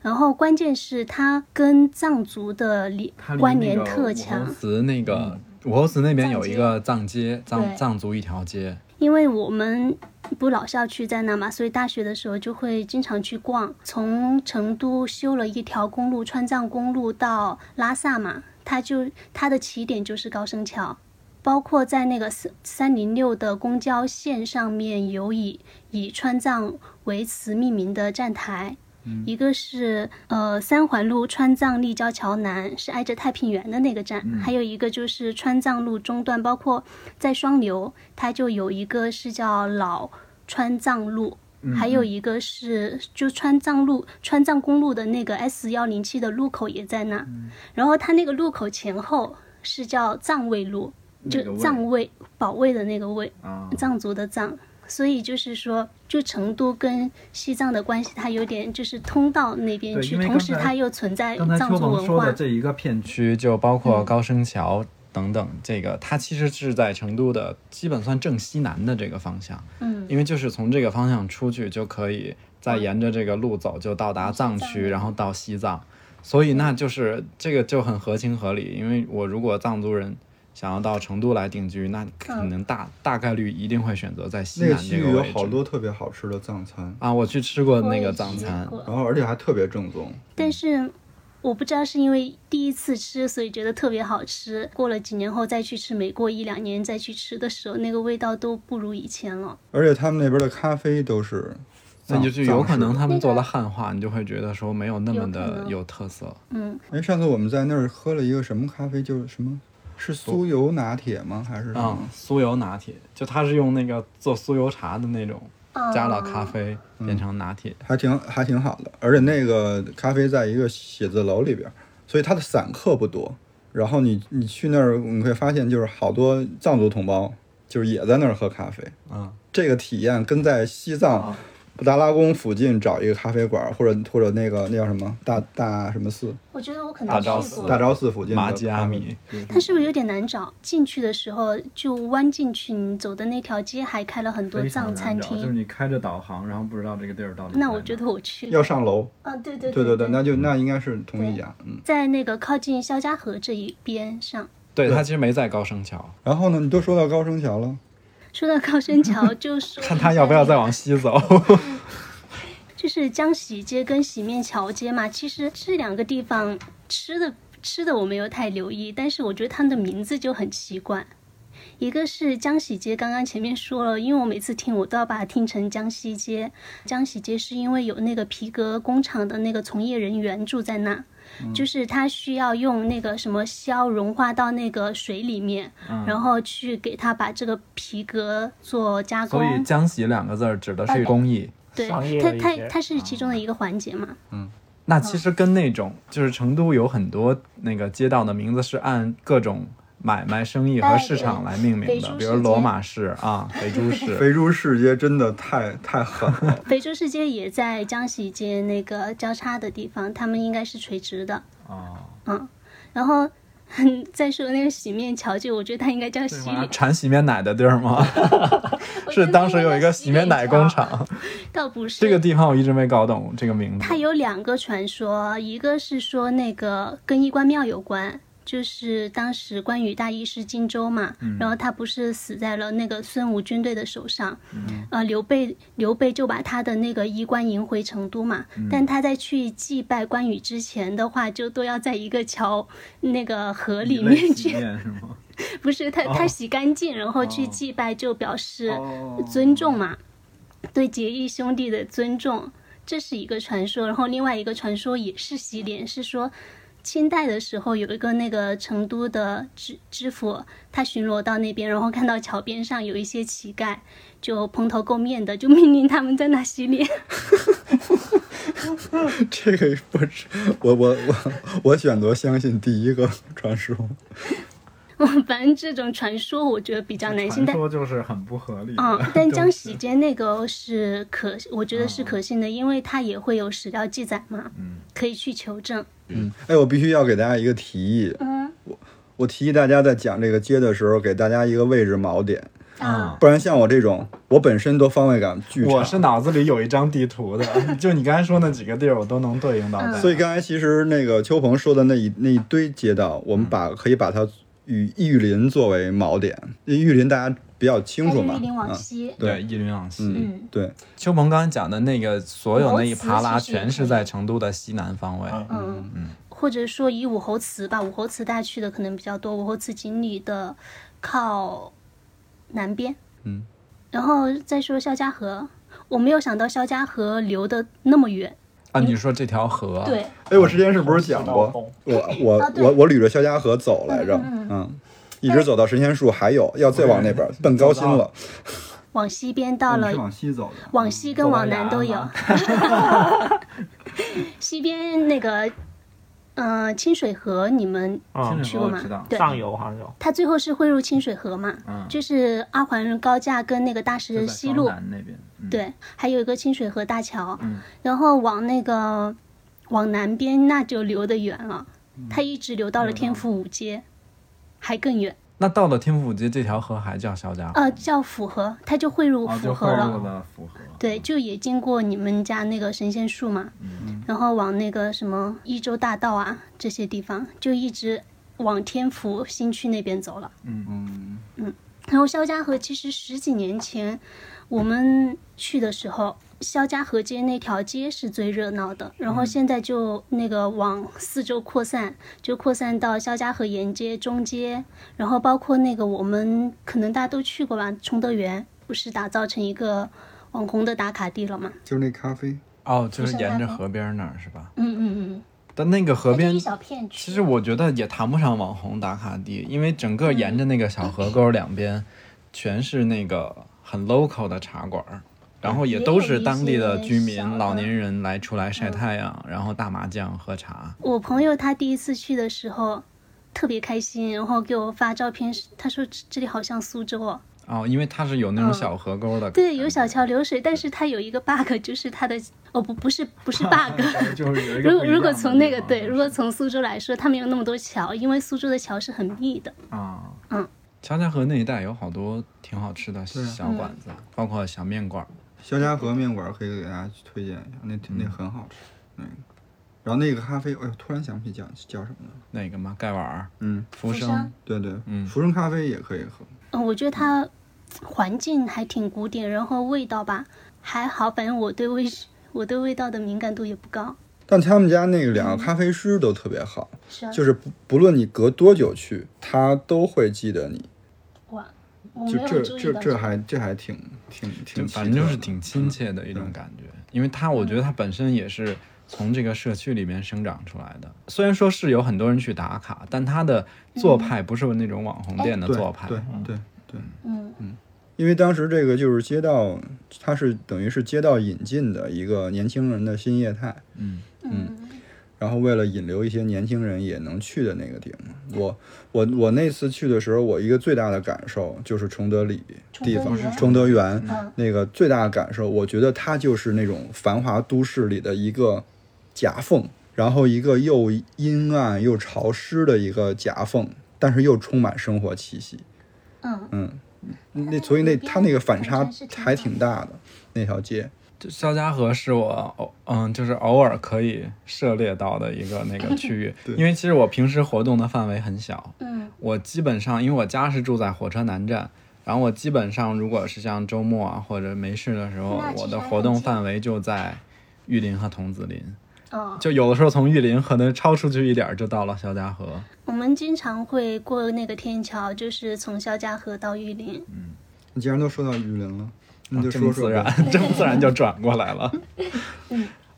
Speaker 4: 然后关键是它跟藏族的联
Speaker 2: 它离
Speaker 4: 关
Speaker 2: 那
Speaker 4: 联
Speaker 2: 个
Speaker 4: 特
Speaker 2: 武
Speaker 4: 强
Speaker 2: 侯，祠那个武侯祠那边有一个藏街，藏
Speaker 4: 对
Speaker 2: 藏族一条街。
Speaker 4: 因为我们不老校区在那嘛，所以大学的时候就会经常去逛。从成都修了一条公路，川藏公路到拉萨嘛，它就它的起点就是高升桥。包括在那个三三零六的公交线上面有以以川藏为词命名的站台，
Speaker 2: 嗯
Speaker 4: 一个是呃三环路川藏立交桥南，是挨着太平园的那个站，
Speaker 2: 嗯
Speaker 4: 还有一个就是川藏路中段，包括在双流，它就有一个是叫老川藏路，
Speaker 2: 嗯
Speaker 4: 还有一个是就川藏路川藏公路的那个 S 幺零七的路口也在那，
Speaker 2: 嗯
Speaker 4: 然后它那个路口前后是叫藏卫路，
Speaker 2: 哪个
Speaker 4: 就
Speaker 2: 卫
Speaker 4: 藏卫保卫的那个卫，
Speaker 2: 啊
Speaker 4: 藏族的藏。所以就是说，就成都跟西藏的关系，它有点就是通到那边
Speaker 5: 对
Speaker 4: 去，
Speaker 5: 因为
Speaker 4: 同
Speaker 5: 刚
Speaker 4: 时
Speaker 5: 才
Speaker 4: 它又存在
Speaker 5: 刚才
Speaker 4: 哎藏
Speaker 5: 秋
Speaker 4: 族
Speaker 5: 萌
Speaker 4: 文
Speaker 5: 说的
Speaker 4: 化。嗯
Speaker 5: 这一个片区，
Speaker 2: 区就包括高升桥等等，这个它其实是在成都的基本算正西南的这个方向，
Speaker 4: 嗯，哦
Speaker 2: 因为就是从这个方向出去就可以再沿着这个路走就到达藏区，
Speaker 4: 嗯
Speaker 2: 然后到西藏，所以那就是这个就很合情合理，因为我如果藏族人。想要到成都来定居，那可
Speaker 4: 嗯
Speaker 2: 能大、大概率一定会选择在西
Speaker 1: 那个
Speaker 2: 南
Speaker 1: 区
Speaker 2: 这
Speaker 1: 域
Speaker 2: 个
Speaker 1: 有
Speaker 2: 位置。
Speaker 1: 好多特别好吃的藏餐，
Speaker 2: 啊，我去吃过
Speaker 4: 我
Speaker 2: 那
Speaker 4: 也
Speaker 2: 个
Speaker 4: 吃
Speaker 2: 藏餐，
Speaker 4: 过
Speaker 1: 然后而且还特别正宗。
Speaker 4: 但是我不知道是因为第一次吃，所以觉得特别好吃。过了几年后再去吃，每过一两年再去吃的时候，那个味道都不如以前了。
Speaker 1: 而且他们那边的咖啡都是
Speaker 2: 那
Speaker 1: 藏，
Speaker 2: 就就
Speaker 5: 嗯
Speaker 2: 有可能
Speaker 1: 藏式
Speaker 2: 他们做了汉化，你就会觉得说没有那
Speaker 4: 有
Speaker 2: 么
Speaker 4: 可
Speaker 2: 的
Speaker 4: 能
Speaker 2: 有特色。
Speaker 5: 嗯
Speaker 1: 的。哎，上次我们在那儿喝了一个什么咖啡，就是什么是酥油拿铁吗？还是什
Speaker 2: 啊、
Speaker 1: 么？
Speaker 2: 酥油拿铁，就它是用那个做酥油茶的那种，
Speaker 4: 哦
Speaker 2: 加了咖啡
Speaker 5: 嗯
Speaker 2: 变成拿铁。
Speaker 1: 还挺还挺好的。而且那个咖啡在一个写字楼里边儿，所以它的散客不多。然后你你去那儿，你会发现就是好多藏族同胞，就是也在那儿喝咖啡。
Speaker 2: 嗯，
Speaker 1: 这个体验跟在西藏布达拉宫附近找一个咖啡馆，或者或者那个那叫什么大大什么寺
Speaker 4: 我觉得我可
Speaker 2: 大
Speaker 4: 能
Speaker 2: 昭
Speaker 4: 去
Speaker 2: 寺
Speaker 4: 过，
Speaker 1: 大昭寺附近的
Speaker 2: 马吉阿
Speaker 1: 咖啡
Speaker 2: 米，
Speaker 4: 它是不是有点难找？进去的时候就弯进去，你走的那条街还开了很多
Speaker 5: 非常
Speaker 4: 藏餐
Speaker 5: 难找，就是
Speaker 4: 厅。
Speaker 5: 你开着导航，然后不知道这个地儿到底在哪。
Speaker 4: 那我觉得我去
Speaker 1: 要上楼。
Speaker 4: 啊，对对
Speaker 1: 对
Speaker 4: 对
Speaker 1: 对对，那就那应该是同一家。嗯，
Speaker 4: 在那个靠近肖家河这一边上。
Speaker 2: 对，它其实没在高升桥，
Speaker 1: 然后呢，你都说到高升桥了，
Speaker 4: 说到高升桥，就 说
Speaker 2: 看它要不要再往西走。
Speaker 4: 就是江喜街跟洗面桥街嘛，其实这两个地方吃的吃的我没有太留意，但是我觉得他们的名字就很奇怪。一个是江喜街，刚刚前面说了，因为我每次听我都要把它听成江西街。江喜街是因为有那个皮革工厂的那个从业人员住在那，
Speaker 3: 嗯
Speaker 4: 就是他需要用那个什么硝融化到那个水里面，
Speaker 3: 嗯
Speaker 4: 然后去给他把这个皮革做加工。
Speaker 2: 所以“江喜”两个字儿指的是工艺。
Speaker 4: 对，
Speaker 3: 商业
Speaker 4: 它
Speaker 3: 的一
Speaker 4: 它
Speaker 3: 些嗯
Speaker 4: 它是其中的一个环节嘛。
Speaker 2: 那
Speaker 4: 嗯
Speaker 2: 其实跟那种就是成都有很多那个街道的名字是按各种买卖生意和市场来命名
Speaker 4: 哎北
Speaker 2: 的，
Speaker 4: 珠
Speaker 2: 比如
Speaker 4: 世界
Speaker 2: 罗马市啊、肥 猪市。
Speaker 1: 肥猪世界真的太太狠了。
Speaker 4: 肥猪世界也在江喜街那个交叉的地方，他们应该是垂直的。
Speaker 5: 啊，
Speaker 4: 然后再说那个洗面桥，就我觉得它应该叫洗
Speaker 2: 对吗产洗面奶的地儿吗？ 是当时有一个洗面奶工厂，
Speaker 4: 倒不是
Speaker 2: 这个地方我一直没搞懂这个名字。
Speaker 4: 它有两个传说，一个是说那个跟衣冠庙有关，就是当时关羽大意失荆州嘛，
Speaker 5: 嗯
Speaker 4: 然后他不是死在了那个孙吴军队的手上，
Speaker 5: 嗯
Speaker 4: 呃，刘备刘备就把他的那个衣冠迎回成都嘛，
Speaker 5: 嗯
Speaker 4: 但他在去祭拜关羽之前的话，就都要在一个桥那个河里面
Speaker 5: 去
Speaker 4: 去，
Speaker 5: 是吗？
Speaker 4: 不是他他洗干净，然后去
Speaker 5: 哦
Speaker 4: 祭拜，就表示。
Speaker 5: 哦
Speaker 4: 尊重嘛，对结义兄弟的尊重，这是一个传说。然后另外一个传说也是洗脸，是说清代的时候有一个那个成都的知知府，他巡逻到那边，然后看到桥边上有一些乞丐，就蓬头垢面的，就 命令他们在那洗脸。
Speaker 1: 这个不是我我我我选择相信第一个传说。
Speaker 4: 反正这种传说我觉得比较难信，
Speaker 5: 传
Speaker 4: 但
Speaker 5: 说就是很不合理的。
Speaker 4: 嗯，但江洗间那个是可，我觉得是可信
Speaker 1: 嗯
Speaker 4: 的，因为它也会有史料记载嘛，可以去求证。
Speaker 1: 嗯，哎，我必须要给大家一个提议。
Speaker 4: 嗯，
Speaker 1: 我提议大家在讲这个街的时候，给大家一个位置锚点，
Speaker 4: 啊，
Speaker 1: 不然像我这种，我本身多方位感巨
Speaker 2: 我
Speaker 1: 差。
Speaker 2: 是脑子里有一张地图的， 就你刚才说那几个地儿，我都能对应到
Speaker 4: 嗯
Speaker 2: 的。
Speaker 1: 所以刚才其实那个邱鹏说的那一那一堆街道，我们把可以把它与玉林作为锚点，因为玉林大家比较清楚嘛
Speaker 4: 哎玉。林往
Speaker 1: 啊，
Speaker 4: 西，
Speaker 2: 对，一林朗西。
Speaker 1: 嗯，
Speaker 4: 嗯
Speaker 1: 对，
Speaker 2: 邱鹏刚才讲的那个所有那一爬拉，
Speaker 4: 毛哦子其实也
Speaker 2: 全是在成都的西南方位。
Speaker 5: 嗯
Speaker 4: 嗯，或者说以武侯祠吧，武侯祠大家去的可能比较多，武侯祠锦里的靠南边，
Speaker 1: 嗯，
Speaker 4: 然后再说肖家河，我没有想到肖家河流的那么远，
Speaker 2: 啊，你说这条河？啊
Speaker 4: 对，
Speaker 1: 哎，我之前是不是讲过
Speaker 3: 嗯
Speaker 1: 我我
Speaker 4: 啊对
Speaker 1: 我我捋着肖家河走来着，嗯，一直走到神仙树，还有要再往那边奔高新了，
Speaker 4: 往西边到
Speaker 5: 哦
Speaker 4: 了，
Speaker 1: 西走的。
Speaker 4: 往西跟往南都
Speaker 2: 走
Speaker 4: 有
Speaker 5: 嗯
Speaker 2: 到，
Speaker 4: 西边那个，呃，清水河你们
Speaker 5: 清
Speaker 3: 嗯，
Speaker 5: 水
Speaker 4: 去
Speaker 5: 河
Speaker 4: 过
Speaker 5: 我
Speaker 4: 吗
Speaker 5: 知道？
Speaker 4: 对，
Speaker 3: 上游好像有，
Speaker 4: 它最后是汇入清水河嘛，
Speaker 5: 嗯
Speaker 4: 就是阿环高架跟那个大
Speaker 5: 就
Speaker 4: 石
Speaker 5: 在
Speaker 4: 西
Speaker 5: 双
Speaker 4: 路，
Speaker 5: 南那边，嗯，
Speaker 4: 对，还有一个清水河大桥，
Speaker 5: 嗯
Speaker 4: 然后往那个往南边那就流得远了，
Speaker 5: 嗯
Speaker 4: 它一直流到了天府五街，还更远，
Speaker 2: 那到了天府街这条河还叫肖家河？
Speaker 4: 呃，叫府河，它就汇入
Speaker 5: 哦，
Speaker 4: 府
Speaker 5: 就
Speaker 4: 河
Speaker 5: 汇
Speaker 4: 了，
Speaker 5: 入了符合。
Speaker 4: 对，就也经过你们家那个神仙树嘛，然后往那个什么益州大道啊这些地方，就一直往天府新区那边走了。
Speaker 5: 嗯
Speaker 4: 嗯然后肖家河其实十几年前我们去的时候，肖家河街那条街是最热闹的，然后现在就那个往四周扩散，就扩散到肖家河沿街、中街，然后包括那个我们可能大家都去过吧，崇德园不是打造成一个网红的打卡地了吗？
Speaker 1: 就是那咖啡，
Speaker 2: 哦，就是沿着河边那儿是吧？
Speaker 4: 嗯嗯嗯，
Speaker 2: 但那个河
Speaker 4: 它就
Speaker 2: 边
Speaker 4: 嗯一，小片区。
Speaker 2: 其实我觉得也谈不上网红打卡地，因为整个沿着那个小河沟两边，
Speaker 4: 嗯
Speaker 2: 全是那个很 local 的茶馆儿，然后也都是当地的居
Speaker 4: 也有一些小的嗯
Speaker 2: 民、老年人来出来晒太阳，然后打麻将、喝茶。
Speaker 4: 我朋友他第一次去的时候特别开心，然后给我发照片，他说这这里好像苏州哦。
Speaker 2: 哦，因为它是有那种小河沟的，
Speaker 4: 嗯对，有小桥流水，但是它有一个 bug，就是它的哦不不是 不是 bug。
Speaker 5: 就是有一个
Speaker 4: 如
Speaker 5: 不一样的地方。
Speaker 4: 如果从那个对，如果从苏州来说，它没有那么多桥，因为苏州的桥是很密的。
Speaker 5: 啊，
Speaker 4: 嗯
Speaker 2: 乔家河那一带有好多挺好吃的
Speaker 1: 啊
Speaker 2: 小馆子，包括小面馆儿。
Speaker 1: 肖家河面馆可以给大家推荐一下，那那很好吃，那个。然后那个咖啡，哎呦，突然想不起叫叫什么了。
Speaker 2: 那个嘛，盖碗儿、
Speaker 1: 嗯，
Speaker 2: 福
Speaker 4: 生
Speaker 2: 生，
Speaker 1: 对对，
Speaker 2: 嗯
Speaker 1: 福生咖啡也可以喝。
Speaker 4: 嗯，我觉得它环境还挺古典，然后味道吧还好，反正我对味我对味道的敏感度也不高。
Speaker 1: 但他们家那个两个咖啡师都特别好，
Speaker 4: 是啊，
Speaker 1: 就是不不论你隔多久去，他都会记得你。
Speaker 4: 哇，我
Speaker 1: 就
Speaker 4: 没有
Speaker 1: 这
Speaker 4: 注意
Speaker 1: 这
Speaker 4: 到
Speaker 1: 这还这还挺挺挺
Speaker 2: 就
Speaker 1: 奇特
Speaker 2: 反
Speaker 1: 的，嗯
Speaker 2: 正就是挺亲切的一种感觉。因为它，我觉得它本身也是从这个社区里面生长出来的。虽然说是有很多人去打卡，但它的做派不是那种网红店的
Speaker 1: 哦对
Speaker 2: 做派。嗯
Speaker 1: 对对对，
Speaker 4: 嗯
Speaker 1: 因为当时这个就是街道，它是等于是街道引进的一个年轻人的新业态，
Speaker 4: 嗯
Speaker 1: 然后为了引流一些年轻人也能去的那个地方。我我我那次去的时候，我一个最大的感受就是崇德里
Speaker 4: 崇德
Speaker 1: 地方
Speaker 4: 园，
Speaker 1: 崇德园
Speaker 4: 嗯
Speaker 1: 那个最大的感受，我觉得它就是那种繁华都市里的一个夹缝，然后一个又阴暗又潮湿的一个夹缝，但是又充满生活气息。
Speaker 4: 嗯，
Speaker 1: 嗯，那所以那它那个反差还挺大的，那条街。
Speaker 2: 就肖家河是我偶嗯，就是偶尔可以涉猎到的一个那个区域
Speaker 1: 对，
Speaker 2: 因为其实我平时活动的范围很小，
Speaker 4: 嗯
Speaker 2: 我基本上因为我家是住在火车南站，然后我基本上如果是像周末啊或者没事的时候
Speaker 4: 那，去
Speaker 2: 我的活
Speaker 4: 山上
Speaker 2: 动
Speaker 4: 见
Speaker 2: 范围就在玉林和桐梓林，
Speaker 4: 哦，
Speaker 2: 就有的时候从玉林可能超出去一点儿就到了肖家河。
Speaker 4: 我们经常会过那个天桥，就是从肖家河到玉林。
Speaker 1: 你既然都说到玉林了，那就
Speaker 2: 嗯这么
Speaker 1: 说
Speaker 2: 自
Speaker 1: 说
Speaker 2: 然
Speaker 1: 吧。，
Speaker 2: 这么自然就转过来了。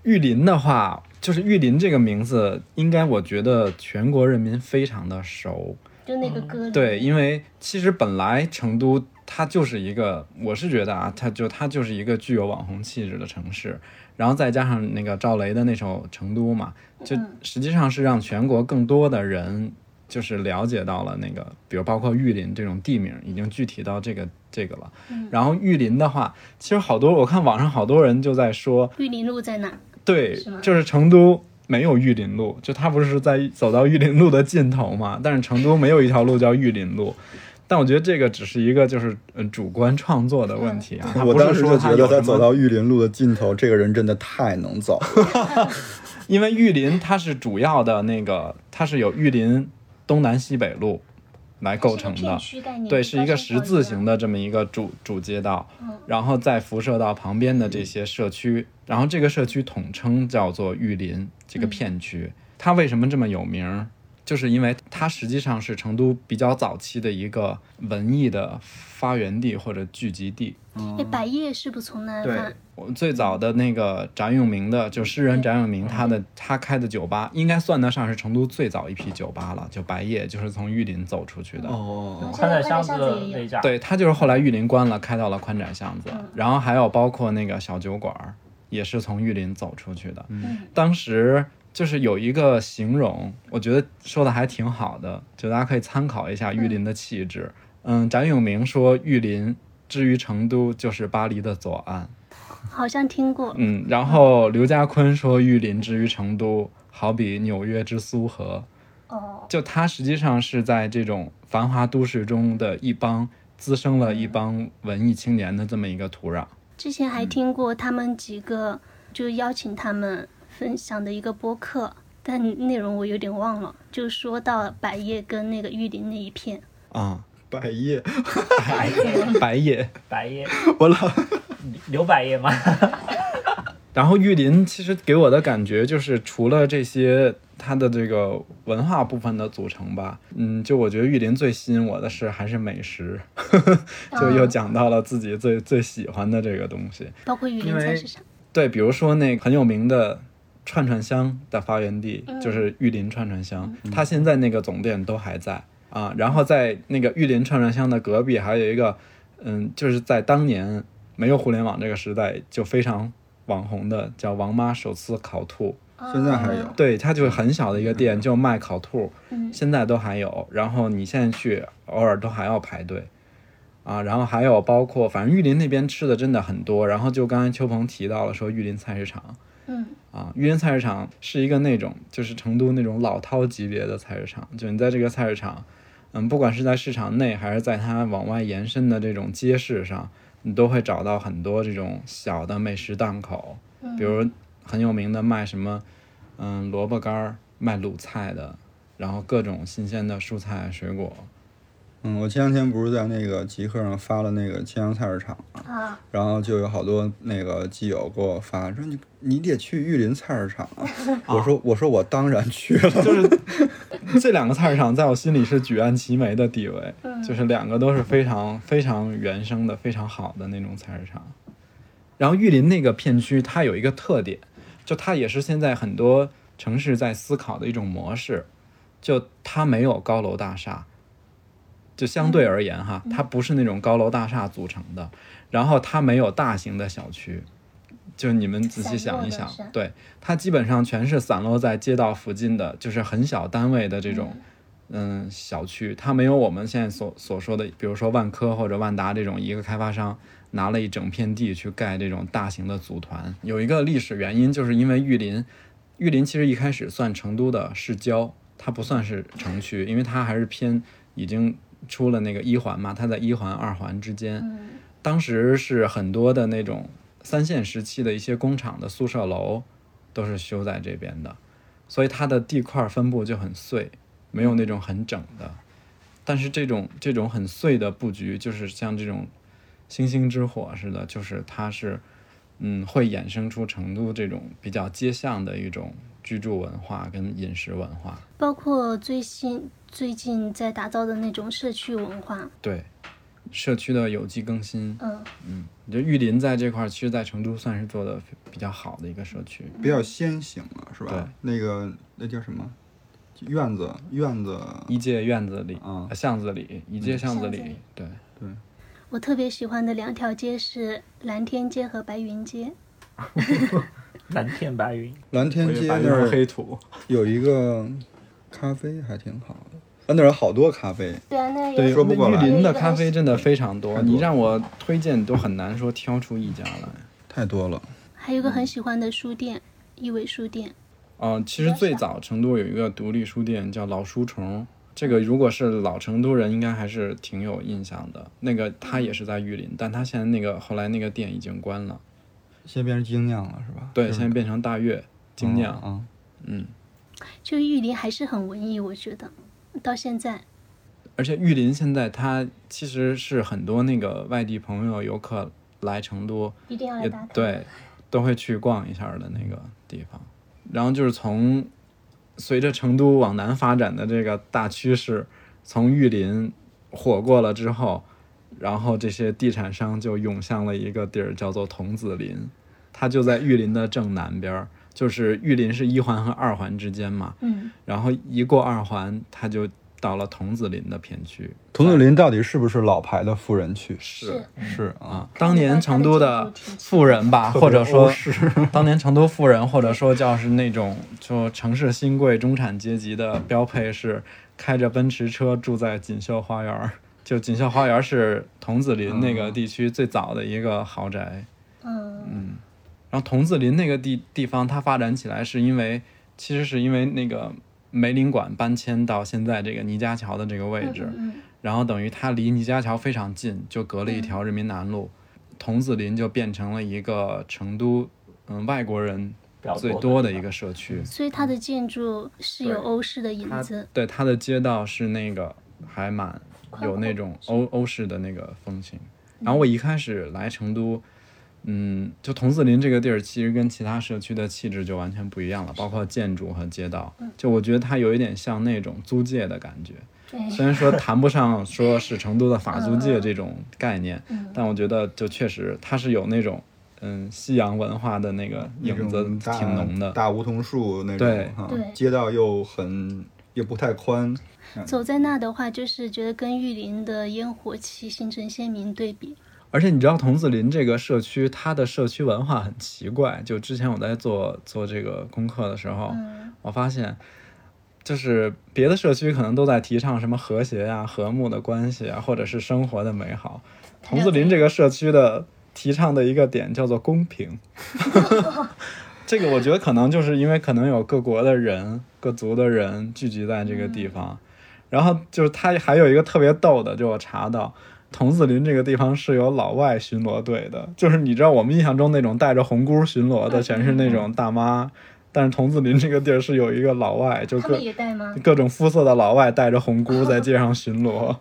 Speaker 2: 玉林的话，就是玉林这个名字，应该我觉得全国人民非常的熟。
Speaker 4: 就那个歌里，
Speaker 2: 嗯对，因为其实本来成都它就是一个，我是觉得啊，它就它就是一个具有网红气质的城市，然后再加上那个赵雷的那首《成都》嘛，就实际上是让全国更多的人就是了解到了那个，比如包括玉林这种地名，已经具体到这个这个了。然后玉林的话，其实好多我看网上好多人就在说，
Speaker 4: 玉林路在哪？
Speaker 2: 对
Speaker 4: 是吗，
Speaker 2: 就是成都没有玉林路，就它不是在走到玉林路的尽头嘛？但是成都没有一条路叫玉林路。但我觉得这个只是一个就是呃主观创作的问题啊，它
Speaker 1: 我
Speaker 2: 不是
Speaker 1: 当时
Speaker 2: 说
Speaker 1: 就
Speaker 2: 它
Speaker 1: 觉得
Speaker 2: 有
Speaker 1: 他
Speaker 2: 什么
Speaker 1: 走到玉林路的尽头，这个人真的太能走了。
Speaker 2: 因为玉林它是主要的那个，它是有玉林东南西北路来构成
Speaker 4: 是个片
Speaker 2: 的，
Speaker 4: 区概念
Speaker 2: 对，是一个十字形
Speaker 4: 的。
Speaker 2: 的这么一个嗯主主街道，然后再辐射到旁边的这些社区，然后这个社区统称叫做玉林这个片区。它为什么这么有名儿？就是因为它实际上是成都比较早期的一个文艺的发源地或者聚集地。
Speaker 4: 哎，百叶是不是从那
Speaker 5: 对
Speaker 4: 发？
Speaker 2: 我最早的那个翟永明的，就诗人翟永明，他的他开的酒吧，应该算得上是成都最早一批酒吧了。就白夜，就是从玉林走出去的。
Speaker 1: 哦，
Speaker 3: 宽窄巷子的那一家，
Speaker 2: 对，他就是后来玉林关了，开到了宽窄巷子，然后还有包括那个小酒馆儿，也是从玉林走出去的。
Speaker 4: 嗯
Speaker 2: 当时就是有一个形容，我觉得说的还挺好的，就大家可以参考一下玉林的气质。嗯，翟永明说玉林。至于成都，就是巴黎的左岸。
Speaker 4: 好像听过。
Speaker 2: 嗯，然后刘家坤说玉林之于成都，好比纽约之苏荷。
Speaker 4: 哦，
Speaker 2: 就它实际上是在这种繁华都市中的一帮滋生了一帮文艺青年的这么一个土壤。
Speaker 4: 之前
Speaker 2: 嗯
Speaker 4: 还听过他们几个，就邀请他们分享的一个播客，但内容我有点忘了，就说到百叶跟那个玉林那一片。
Speaker 2: 啊、
Speaker 1: 百叶，
Speaker 2: 白夜。
Speaker 3: 百叶，
Speaker 1: 我 老
Speaker 3: 刘百叶吗？
Speaker 2: 然后玉林其实给我的感觉就是，除了这些它的这个文化部分的组成吧，嗯，就我觉得玉林最吸引我的是还是美食， 就又讲到了自己最最喜欢的这个东西。
Speaker 4: 包括玉林菜市场，
Speaker 2: 对，比如说那个很有名的串串香的发源地、就是玉林串串香，它现在那个总店都还在啊。然后在那个玉林串串香的隔壁还有一个，嗯，就是在当年没有互联网这个时代就非常网红的叫王妈手撕烤兔，
Speaker 1: 现在
Speaker 4: 哦
Speaker 1: 还有，
Speaker 2: 对，它就是很小的一个店，就卖烤兔，
Speaker 4: 嗯
Speaker 2: 现在都还有。然后你现在去，偶尔都还要排队啊。然后还有包括，反正玉林那边吃的真的很多。然后就刚才秋鹏提到了说玉林菜市场
Speaker 4: 嗯，
Speaker 2: 啊，玉林菜市场是一个那种就是成都那种老饕级别的菜市场，就你在这个菜市场，嗯，不管是在市场内还是在它往外延伸的这种街市上，你都会找到很多这种小的美食档口，
Speaker 4: 嗯
Speaker 2: 比如很有名的卖什么。嗯，萝卜干儿卖卤菜的，然后各种新鲜的蔬菜水果。
Speaker 1: 嗯，我前两天不是在那个极客上发了那个青阳菜市场嘛，
Speaker 4: 啊，
Speaker 1: 然后就有好多那个基友给我发说你你得去玉林菜市场 啊，我说我说我当然去了，
Speaker 2: 这两个菜市场在我心里是举案齐眉的地位，就是两个都是非常非常原生的、非常好的那种菜市场。然后玉林那个片区，它有一个特点，就它也是现在很多城市在思考的一种模式，就它没有高楼大厦，就相对而言
Speaker 4: 嗯
Speaker 2: 哈，它不是那种高楼大厦组成的，然后它没有大型的小区，就你们仔细
Speaker 4: 散落
Speaker 2: 想一
Speaker 4: 的
Speaker 2: 想
Speaker 4: 是，
Speaker 2: 对，它基本上全是散落在街道附近的，就是很小单位的这种。嗯，小区它没有我们现在所所说的，比如说万科或者万达这种一个开发商拿了一整片地去盖这种大型的组团。有一个历史原因，就是因为玉林玉林其实一开始算成都的市郊，它不算是城区，因为它还是偏已经出了那个一环嘛，它在一环二环之间。
Speaker 4: 嗯
Speaker 2: 当时是很多的那种三线时期的一些工厂的宿舍楼都是修在这边的，所以它的地块分布就很碎，没有那种很整的。但是这种这种很碎的布局，就是像这种星星之火似的，就是它是嗯会衍生出成都这种比较街巷的一种居住文化跟饮食文化。
Speaker 4: 包括最新最近在打造的那种社区文化，
Speaker 2: 对，社区的有机更新，
Speaker 4: 嗯，
Speaker 2: 我觉得玉林在这块儿，其实在成都算是做的比较好的一个社区。
Speaker 1: 比较先行了，是
Speaker 2: 对
Speaker 1: 吧？那个那叫什么院子院子，
Speaker 2: 一街院子里，
Speaker 1: 嗯
Speaker 2: 呃巷子里，一街巷子
Speaker 4: 巷子
Speaker 2: 里
Speaker 4: 里，
Speaker 2: 对，
Speaker 4: 我特别喜欢的两条街是蓝天街和白云街。
Speaker 3: 蓝天白云，
Speaker 1: 蓝天街
Speaker 2: 白
Speaker 1: 那
Speaker 2: 云
Speaker 1: 儿
Speaker 2: 黑土，
Speaker 1: 有一个咖啡还挺好的，啊，那儿有好多咖啡，
Speaker 4: 对啊，那
Speaker 1: 对
Speaker 4: 有
Speaker 1: 说不过
Speaker 2: 玉
Speaker 1: 来嗯
Speaker 2: 林的咖啡真的非常多，
Speaker 1: 太多了
Speaker 2: 你让我推荐都很难说挑出一家来。
Speaker 1: 太多了。
Speaker 4: 还有一个很喜欢的书店，一伟书店。
Speaker 2: 嗯、其实最早成都有一个独立书店叫老书虫，这个如果是老成都人，应该还是挺有印象的。那个它也是在玉林，但它现在那个后来那个店已经关了，
Speaker 1: 现在变成精酿了是吧？
Speaker 2: 对，现在变成大悦精酿。
Speaker 1: 啊、嗯
Speaker 2: 嗯，
Speaker 4: 就玉林还是很文艺，我觉得到现在，
Speaker 2: 而且玉林现在它其实是很多那个外地朋友游客来成都，
Speaker 4: 一定要来
Speaker 2: 也
Speaker 4: 打卡。，
Speaker 2: 对，都会去逛一下的那个地方。然后就是从随着成都往南发展的这个大趋势，从玉林火过了之后，然后这些地产商就涌向了一个地儿，叫做桐梓林，它就在玉林的正南边儿，就是玉林是一环和二环之间嘛，
Speaker 4: 嗯，
Speaker 2: 然后一过二环，它就到了桐梓林的片区。
Speaker 1: 桐梓林到底是不是老牌的富人区？
Speaker 4: 是
Speaker 1: 是啊，
Speaker 2: 啊，当年成都的富人吧，或者说， 当年成都富人，或者说叫是那种就城市新贵中产阶级的标配是开着奔驰车住在锦绣花园儿。就锦绣花园是桐梓林那个地区最早的一个豪宅，
Speaker 4: 嗯，
Speaker 2: 然后桐梓林那个地地方它发展起来是因为，其实是因为那个梅林馆搬迁到现在这个倪家桥的这个位置，
Speaker 4: 嗯，
Speaker 2: 然后等于它离倪家桥非常近，就隔了一条人民南路，桐梓林就变成了一个成都嗯外国人
Speaker 3: 比较
Speaker 2: 最
Speaker 3: 多
Speaker 2: 多的一个社区。
Speaker 4: 所以它的建筑是有
Speaker 2: 对
Speaker 4: 欧式的影子，
Speaker 2: 对，它的街道是那个还蛮
Speaker 4: 宽
Speaker 2: 有那
Speaker 4: 阔
Speaker 2: 种欧欧式的那个风情。然后我一开始来成都，嗯，就桐梓林这个地儿，其实跟其他社区的气质就完全不一样了，包括建筑和街道。
Speaker 4: 嗯
Speaker 2: 就我觉得它有一点像那种租界的感觉，
Speaker 4: 对，
Speaker 2: 虽然说谈不上说是成都的法租界这种概念，但我觉得就确实它是有那种嗯西洋文化的那个影子
Speaker 1: 嗯那种大
Speaker 2: 挺浓的。
Speaker 1: 大梧桐树那种，
Speaker 2: 对
Speaker 1: 啊
Speaker 4: 对
Speaker 1: 街道又很又不太宽，
Speaker 4: 走在那的话，就是觉得跟玉林的烟火气形成鲜明对比。
Speaker 2: 而且你知道桐梓林这个社区，它的社区文化很奇怪。就之前我在做做这个功课的时候，
Speaker 4: 嗯
Speaker 2: 我发现，就是别的社区可能都在提倡什么和谐呀、和睦的关系啊，或者是生活的美好。桐梓林这个社区的提倡的一个点叫做公平。这个我觉得可能就是因为可能有各国的人、各族的人聚集在这个地方，然后就是它还有一个特别逗的，就我查到。桐梓林这个地方是有老外巡逻队的，就是你知道我们印象中那种带着红箍巡逻的全是那种大妈，但是桐梓林这个地儿是有一个老外，就
Speaker 4: 他
Speaker 2: 各
Speaker 4: 们也带吗？
Speaker 2: 各种肤色的老外带着红箍在街上巡逻。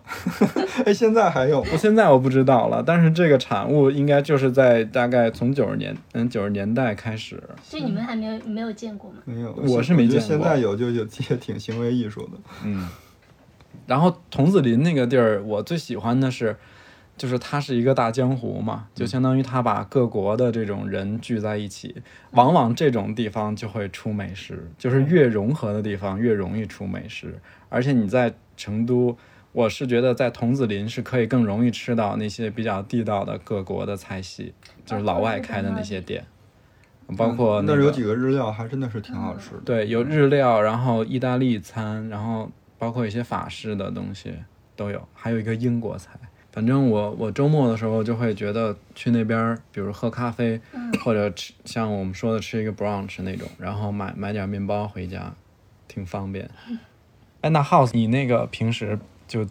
Speaker 1: 哎，现在还有吗？
Speaker 2: 现在我不知道了，但是这个产物应该就是在大概从九十年嗯九十年代开始，
Speaker 4: 就你们还没有没有见过吗？
Speaker 1: 没有，
Speaker 2: 我是没
Speaker 1: 觉得
Speaker 2: 见
Speaker 1: 现
Speaker 2: 过
Speaker 1: 在有就有也挺行为艺术的，
Speaker 2: 嗯，然后桐梓林那个地儿，我最喜欢的是，就是它是一个大江湖嘛，就相当于它把各国的这种人聚在一起，往往这种地方就会出美食，就是越融合的地方越容易出美食，而且你在成都。我是觉得在桐梓林是可以更容易吃到那些比较地道的各国的菜系，就是老外开的那些店，包括
Speaker 1: 嗯那儿
Speaker 2: 个
Speaker 1: 有几个日料还真的是挺好吃的。
Speaker 2: 对，有日料，然后意大利餐，然后包括一些法式的东西都有，还有一个英国菜。反正我我周末的时候就会觉得去那边儿，比如喝咖啡，或者吃像我们说的吃一个 brunch 那种，然后买买点面包回家，挺方便。哎，那 House，你那个平时就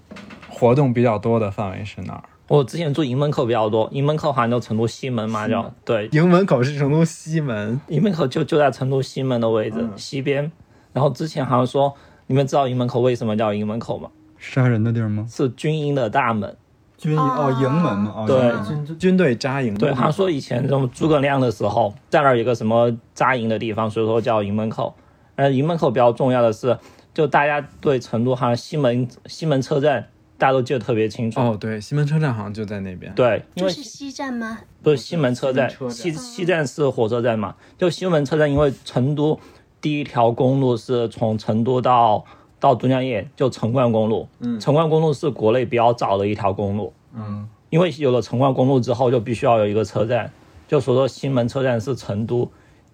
Speaker 2: 活动比较多的范围是哪儿？
Speaker 3: 我之前住营门口比较多，营门口好像就成都西门嘛，叫对，
Speaker 2: 营门口是成都西门，
Speaker 3: 营门口就就在成都西门的位置、西边。然后之前好像说，你们知道营门口为什么叫营门口吗？
Speaker 1: 杀人的地儿吗？
Speaker 3: 是军营的大门。
Speaker 1: 军营哦，营门嘛，哦，
Speaker 3: 对
Speaker 1: 营门
Speaker 5: 军
Speaker 2: 军队扎营。
Speaker 3: 对，好像说以前什么诸葛亮的时候，在那儿有个什么扎营的地方，所以说叫营门口。呃，营门口比较重要的是，就大家对成都好像西门西门车站，大家都记得特别清楚。
Speaker 2: 哦，对，西门车站好像就在那边。，
Speaker 3: 对，因
Speaker 4: 这
Speaker 3: 为
Speaker 4: 是西站吗？
Speaker 3: 不是西门车站，
Speaker 5: 西门车站
Speaker 3: 西西站是火车站嘛？就西门车站，因为成都第一条公路是从成都到到都江堰，就成灌公路。嗯，成灌公路是国内比较早的一条公路。
Speaker 1: 嗯，
Speaker 3: 因为有了成灌公路之后，就必须要有一个车站，就所以说西门车站是成都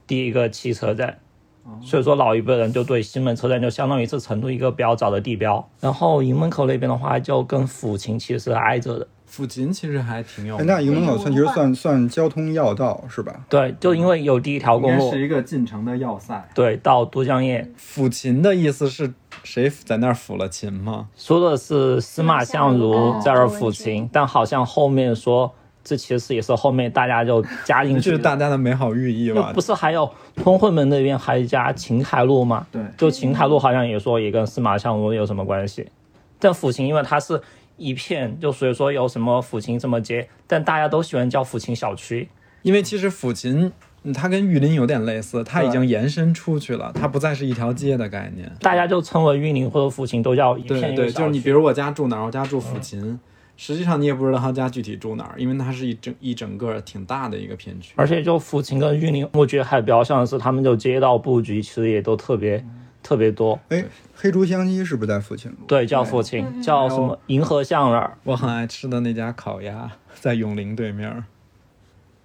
Speaker 3: 第一个汽车站。
Speaker 5: 哦
Speaker 3: 所以说老一辈人就对西门车站就相当于是成都一个比较早的地标，然后营门口那边的话就跟抚琴其实是挨着的，
Speaker 2: 抚琴其实还挺有
Speaker 1: 哎，。那营门口算其实算算交通要道是吧？
Speaker 3: 对，就因为有第一条
Speaker 5: 应
Speaker 3: 公
Speaker 5: 该
Speaker 3: 路，
Speaker 5: 是一个进城的要塞。
Speaker 3: 对，到都江堰，
Speaker 2: 抚琴的意思是谁在那儿抚了琴吗？
Speaker 3: 说的是司马相如啊在这儿抚
Speaker 4: 司马相
Speaker 3: 琴，但好像后面说这其实也是后面大家就加进
Speaker 2: 这
Speaker 3: 去
Speaker 2: 是大
Speaker 3: 的。
Speaker 2: 家的美好寓意
Speaker 3: 就
Speaker 2: 吧
Speaker 3: 不？是还有通惠门那边还加琴台路吗？
Speaker 5: 对
Speaker 3: 就琴台路好像也说也跟司马相如有什么关系，但抚琴因为它是一片，就所以说有什么抚琴什么街，但大家都喜欢叫抚琴小区。
Speaker 2: 因为其实抚琴嗯它跟玉林有点类似，它已经延伸出去了，它不再是一条街的概念。
Speaker 3: 大家就称为玉林或者抚琴都叫一片
Speaker 2: 对
Speaker 3: 一个
Speaker 2: 对，
Speaker 3: 小
Speaker 2: 就是你
Speaker 3: 区
Speaker 2: 比如我家住哪儿，我家住抚琴，实际上你也不知道他家具体住哪儿，因为它是一整一整个挺大的一个片区。
Speaker 3: 而且就抚琴跟玉林，我觉得还比较像的是，他们就街道布局其实也都特别、特别多。
Speaker 1: 哎，黑竹香鸡是不是在抚琴路？
Speaker 3: 对，叫抚琴，叫什么银河巷那儿。
Speaker 2: 我很爱吃的那家烤鸭 在永陵对面儿，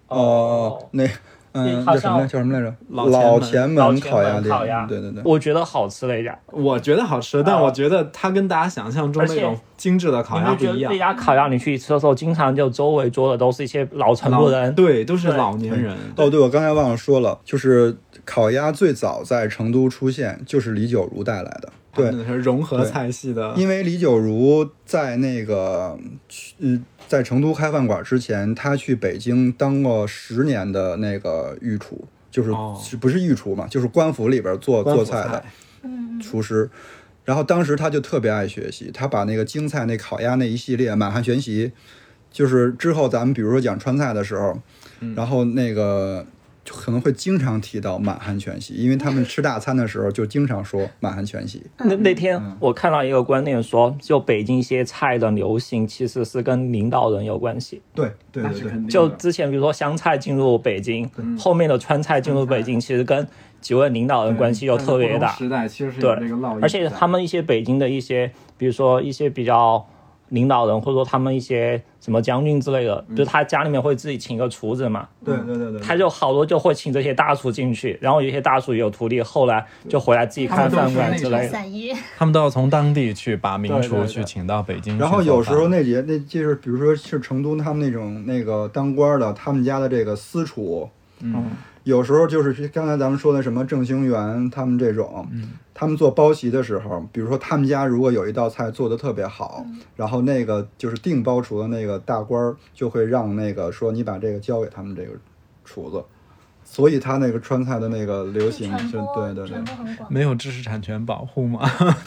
Speaker 1: 哦，，那嗯，
Speaker 3: 好
Speaker 1: 叫什么来？
Speaker 3: 像
Speaker 1: 叫什么来着？
Speaker 2: 老
Speaker 1: 老
Speaker 2: 前
Speaker 3: 老
Speaker 1: 门
Speaker 3: 前
Speaker 1: 烤鸭
Speaker 3: 门烤
Speaker 1: 店。
Speaker 3: 鸭，
Speaker 1: 对对对。
Speaker 3: 我觉得好吃那家。
Speaker 2: 我觉得好吃，但
Speaker 3: 哦
Speaker 2: 我觉得它跟大家想象中
Speaker 3: 而
Speaker 2: 那
Speaker 3: 且
Speaker 2: 种精致的烤
Speaker 3: 你
Speaker 2: 鸭
Speaker 3: 就
Speaker 2: 不
Speaker 3: 觉得
Speaker 2: 一样
Speaker 3: 那。家烤鸭，你去吃的时候，经常就周围坐的都是一些老成
Speaker 2: 老
Speaker 3: 都人。
Speaker 2: 嗯对，都是
Speaker 3: 对
Speaker 2: 老年人。
Speaker 1: 哦，对，我刚才忘了说了，就是烤鸭最早在成都出现，就是李九如带来的。对，
Speaker 2: 是融合
Speaker 1: 对
Speaker 2: 菜系的。
Speaker 1: 因为李九如在那个嗯，在成都开饭馆之前，他去北京当过十年的那个御厨，就是、
Speaker 2: 哦
Speaker 1: 是不是御厨嘛，就是官府里边做
Speaker 2: 官
Speaker 1: 做
Speaker 2: 府
Speaker 1: 菜
Speaker 2: 菜
Speaker 1: 的
Speaker 5: 嗯
Speaker 1: 厨师。然后当时他就特别爱学习，他把那个京菜、那烤鸭那一系列满汉全席，就是之后咱们比如说讲川菜的时候，然后那个就可能会经常提到满汉全席，因为他们吃大餐的时候就经常说满汉全席。
Speaker 3: 那那天我看到一个观点说，就北京一些菜的流行其实是跟领导人有关系。
Speaker 1: 对对
Speaker 5: 那
Speaker 1: 对
Speaker 5: 是
Speaker 1: 对
Speaker 5: 肯。定的
Speaker 3: 就之前比如说湘菜进入北京，后面的川菜进入北京，其实跟几位领导人关系又特
Speaker 5: 在
Speaker 3: 别
Speaker 5: 不同
Speaker 3: 大。
Speaker 5: 时代其实是有
Speaker 3: 对
Speaker 5: 这个烙印，
Speaker 3: 而且他们一些北京的一些，比如说一些比较领导人，或者说他们一些什么将军之类的，就是他家里面会自己请一个厨子嘛，
Speaker 1: 对对对对，
Speaker 3: 他就好多就会请这些大厨进去，然后有一些大厨也有徒弟，后来就回来自己开饭馆之类的。
Speaker 4: 散业，
Speaker 2: 他们都要从当地去把名
Speaker 3: 对
Speaker 2: 厨
Speaker 3: 对
Speaker 2: 去
Speaker 3: 对
Speaker 2: 请到北京去做
Speaker 1: 然
Speaker 2: 饭。
Speaker 1: 后有时候那节那就是比如说是成都他们那种那个当官儿的，他们家的这个私厨，
Speaker 4: 哦
Speaker 3: 嗯，
Speaker 1: 有时候就是刚才咱们说的什么郑兴元他们这种，
Speaker 3: 嗯
Speaker 1: 他们做包席的时候，比如说他们家如果有一道菜做的特别好，
Speaker 4: 嗯
Speaker 1: 然后那个就是定包厨的那个大官儿就会让那个说你把这个交给他们这个厨子，所以他那个川菜的那个流行
Speaker 4: 传
Speaker 1: 就
Speaker 4: 播
Speaker 1: 对对嗯对
Speaker 4: 传。播很广。
Speaker 2: 没有知识产权保护吗？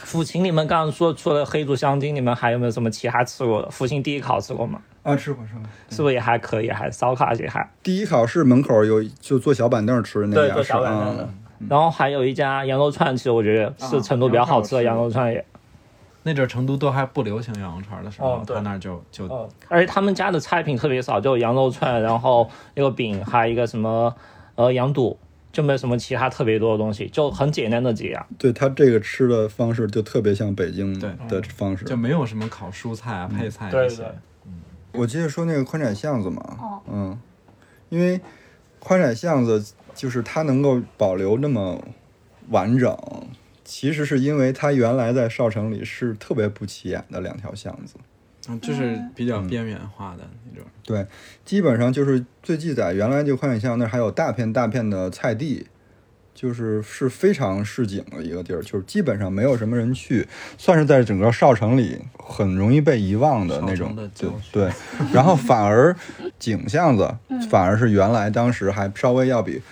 Speaker 3: 抚琴，你们刚刚说除了黑竹香精，你们还有没有什么其他吃过的？抚琴第一烤吃过吗？
Speaker 1: 啊，吃过吃过。
Speaker 3: 是不是也还可以？还烧烤也还
Speaker 1: 第一考试门口有就坐小板凳吃的那
Speaker 3: 对，
Speaker 1: 家
Speaker 3: 做
Speaker 1: 是
Speaker 3: 小碗
Speaker 1: 啊
Speaker 3: 的。然后还有一家羊肉串，其实我觉得是成都比较好吃的羊肉串也。
Speaker 2: 那阵儿成都都还不流行羊肉串的时候，
Speaker 3: 哦对
Speaker 2: 他那儿就就、
Speaker 3: 哦，而且他们家的菜品特别少，就有羊肉串，然后一个饼，还有一个什么呃羊肚，就没有什么其他特别多的东西，就很简单的几样。
Speaker 1: 对他这个吃的方式就特别像北京
Speaker 2: 对
Speaker 1: 的方式。
Speaker 2: 就没有什么烤蔬菜啊、配菜
Speaker 3: 嗯对
Speaker 2: 这些
Speaker 3: 对。
Speaker 1: 我接着说那个宽窄巷子嘛，
Speaker 4: 哦
Speaker 1: 嗯，因为宽窄巷子就是它能够保留那么完整，其实是因为它原来在少城里是特别不起眼的两条巷子，
Speaker 2: 嗯，就是比较边缘化的那种。
Speaker 1: 对，基本上就是最记载，原来这个宽水巷那儿还有大片大片的菜地，就是是非常市井的一个地儿，就是基本上没有什么人去，算是在整个少城里很容易被遗忘的那种
Speaker 2: 少城的。郊
Speaker 1: 对
Speaker 2: 区
Speaker 1: 对，然后反而井巷子反而是原来当时还稍微要比。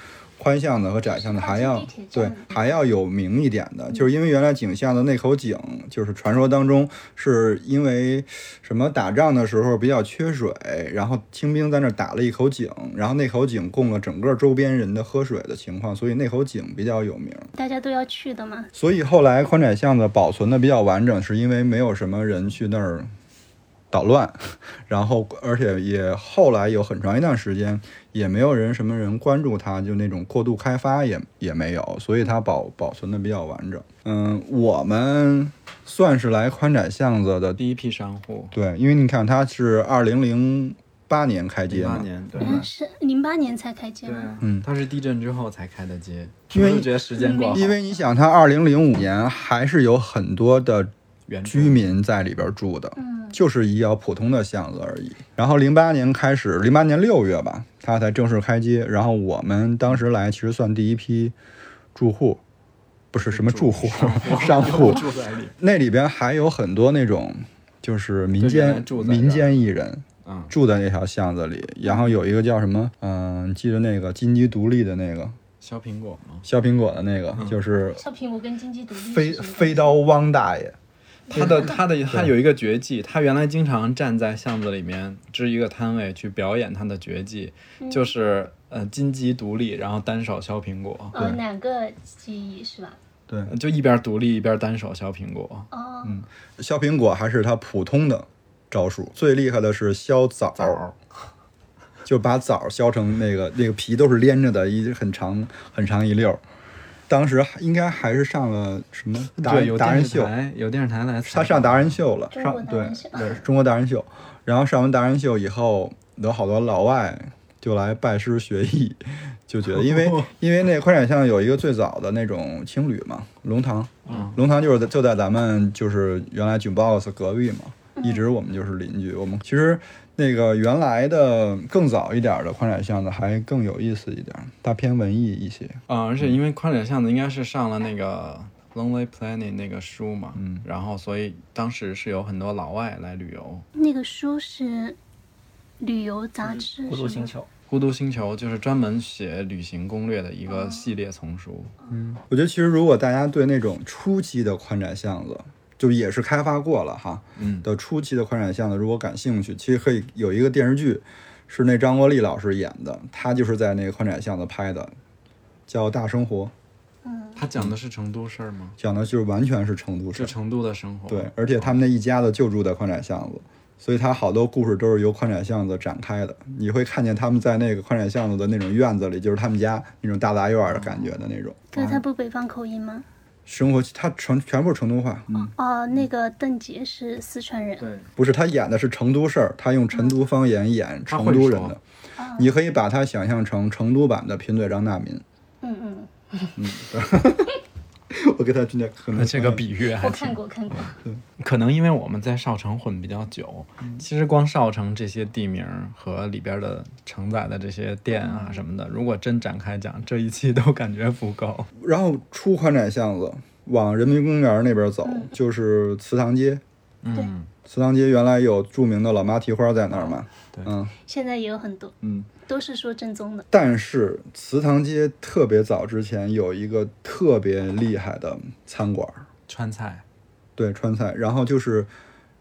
Speaker 1: 宽巷子和窄巷子还要
Speaker 4: 靠近地铁站
Speaker 1: 对还要有名一点的，就是因为原来井巷子那口井，就是传说当中是因为什么打仗的时候比较缺水，然后清兵在那儿打了一口井，然后那口井供了整个周边人的喝水的情况，所以那口井比较有名。
Speaker 4: 大家都要去的嘛。
Speaker 1: 所以后来宽窄巷子保存的比较完整，是因为没有什么人去那儿捣乱，然后而且也后来有很长一段时间也没有人什么人关注它，就那种过度开发也也没有，所以它保保存的比较完整。嗯，我们算是来宽窄巷子的
Speaker 2: 第一批商户，
Speaker 1: 对，因为你看它是二零零八年开街
Speaker 2: 零八
Speaker 1: 嘛，
Speaker 2: 年，
Speaker 5: 对
Speaker 4: 嗯，是零八年才开街
Speaker 5: 对
Speaker 4: 吗？
Speaker 5: 啊，
Speaker 2: 他是地震之后才开的街，
Speaker 1: 因为
Speaker 2: 我就觉得时间过好，
Speaker 1: 因为你想，它二零零五年还是有很多的
Speaker 2: 原住
Speaker 1: 居民在里边住的，
Speaker 4: 嗯，
Speaker 1: 就是一条普通的巷子而已。然后零八年开始，零八年六月吧，它才正式开街。然后我们当时来，其实算第一批住户，不是什么住户，商户。
Speaker 2: 住在里，
Speaker 1: 那里边还有很多那种就是民
Speaker 2: 就原来
Speaker 1: 间
Speaker 2: 住在这儿
Speaker 1: 民间艺人，
Speaker 2: 嗯
Speaker 1: 住在那条巷子里。然后有一个叫什么，嗯、你记得那个金鸡独立的那个
Speaker 2: 削苹果吗？
Speaker 1: 削苹果的那
Speaker 2: 嗯
Speaker 1: 个，就是
Speaker 4: 小品我跟经济独立
Speaker 1: 飞
Speaker 4: 是什么
Speaker 1: 飞刀汪大爷。
Speaker 2: 他的他的他有一个绝技，他原来经常站在巷子里面支一个摊位去表演他的绝技，就是呃金鸡独立，然后单手削苹果，
Speaker 4: 呃
Speaker 1: 对
Speaker 4: 两个记忆是吧？
Speaker 1: 对，
Speaker 2: 就一边独立一边单手削苹果。
Speaker 4: 哦，
Speaker 1: 削苹果还是他普通的招数，最厉害的是削枣，
Speaker 2: 枣
Speaker 1: 就把枣削成那个那个皮都是连着的，一很长很长一溜儿。当时还应该还是上了什么达
Speaker 2: 对，
Speaker 1: 人
Speaker 2: 有
Speaker 1: 达人
Speaker 2: 电视
Speaker 1: 秀，
Speaker 2: 台有电视台来采
Speaker 1: 他
Speaker 2: 访，
Speaker 1: 上达人秀了，
Speaker 4: 中
Speaker 1: 上
Speaker 4: 国达
Speaker 1: 对
Speaker 4: 人秀
Speaker 1: 对中国达人秀，然后上完达人秀以后，有好多老外就来拜师学艺， 就觉得因为因为那宽窄巷有一个最早的那种青旅嘛，龙塘，龙塘就是在就在咱们就是原来囧 box 隔壁嘛，一直我们就是邻居，我们其实。那个原来的更早一点的宽窄巷子还更有意思一点，它偏文艺一些。
Speaker 2: 嗯，而且因为宽窄巷子应该是上了那个《Lonely Planet》那个书嘛，嗯，然后所以当时是有很多老外来旅游。
Speaker 4: 那个书是旅游杂志，
Speaker 3: 孤独
Speaker 4: 是吗
Speaker 3: 星球。
Speaker 2: 《孤独星球》就是专门写旅行攻略的一个系列丛书，
Speaker 1: 我觉得其实如果大家对那种初期的宽窄巷子，就也是开发过了哈，
Speaker 2: 嗯
Speaker 1: 的初期的宽窄巷子，如果感兴趣，其实可以有一个电视剧，是那张国立老师演的，他就是在那个宽窄巷子拍的，叫《大生活》，
Speaker 2: 它讲的是成都事儿吗？
Speaker 1: 讲的就是完全是成都
Speaker 2: 就
Speaker 1: 市，
Speaker 2: 成都的生活。
Speaker 1: 对，而且他们那一家子就住在宽窄巷子。所以他好多故事都是由宽窄巷子展开的，你会看见他们在那个宽窄巷子的那种院子里，就是他们家那种大杂院儿的感觉的那种
Speaker 4: 对，他不北方口音吗？
Speaker 1: 生活，他成全部是成都话，
Speaker 4: 哦，那个邓婕是四川人，
Speaker 5: 对，
Speaker 1: 不是，他演的是成都事儿，他用成都方言演成都人的。
Speaker 4: 啊
Speaker 1: 你可以把他想象成成都版的贫嘴张大民。
Speaker 4: 嗯嗯，
Speaker 1: 我给他真的可能哎
Speaker 2: 这个比喻还
Speaker 4: 我
Speaker 2: 挺
Speaker 4: 看过看过，
Speaker 2: 可能因为我们在少城混比较久，
Speaker 1: 嗯
Speaker 2: 其实光少城这些地名儿和里边儿的承载的这些店
Speaker 1: 嗯
Speaker 2: 啊什么的，如果真展开讲，这一期都感觉不够。
Speaker 1: 然后出宽窄巷子，往人民公园那边走，就是祠堂街。
Speaker 4: 嗯
Speaker 2: 嗯
Speaker 4: 对，
Speaker 1: 祠堂街原来有著名的老妈蹄花在那儿嘛，
Speaker 2: 对
Speaker 1: 嗯，
Speaker 4: 现在也有很多，
Speaker 1: 嗯，
Speaker 4: 都是说正宗的，
Speaker 1: 但是祠堂街特别早之前有一个特别厉害的餐馆儿，
Speaker 2: 川菜，
Speaker 1: 对川菜，然后就是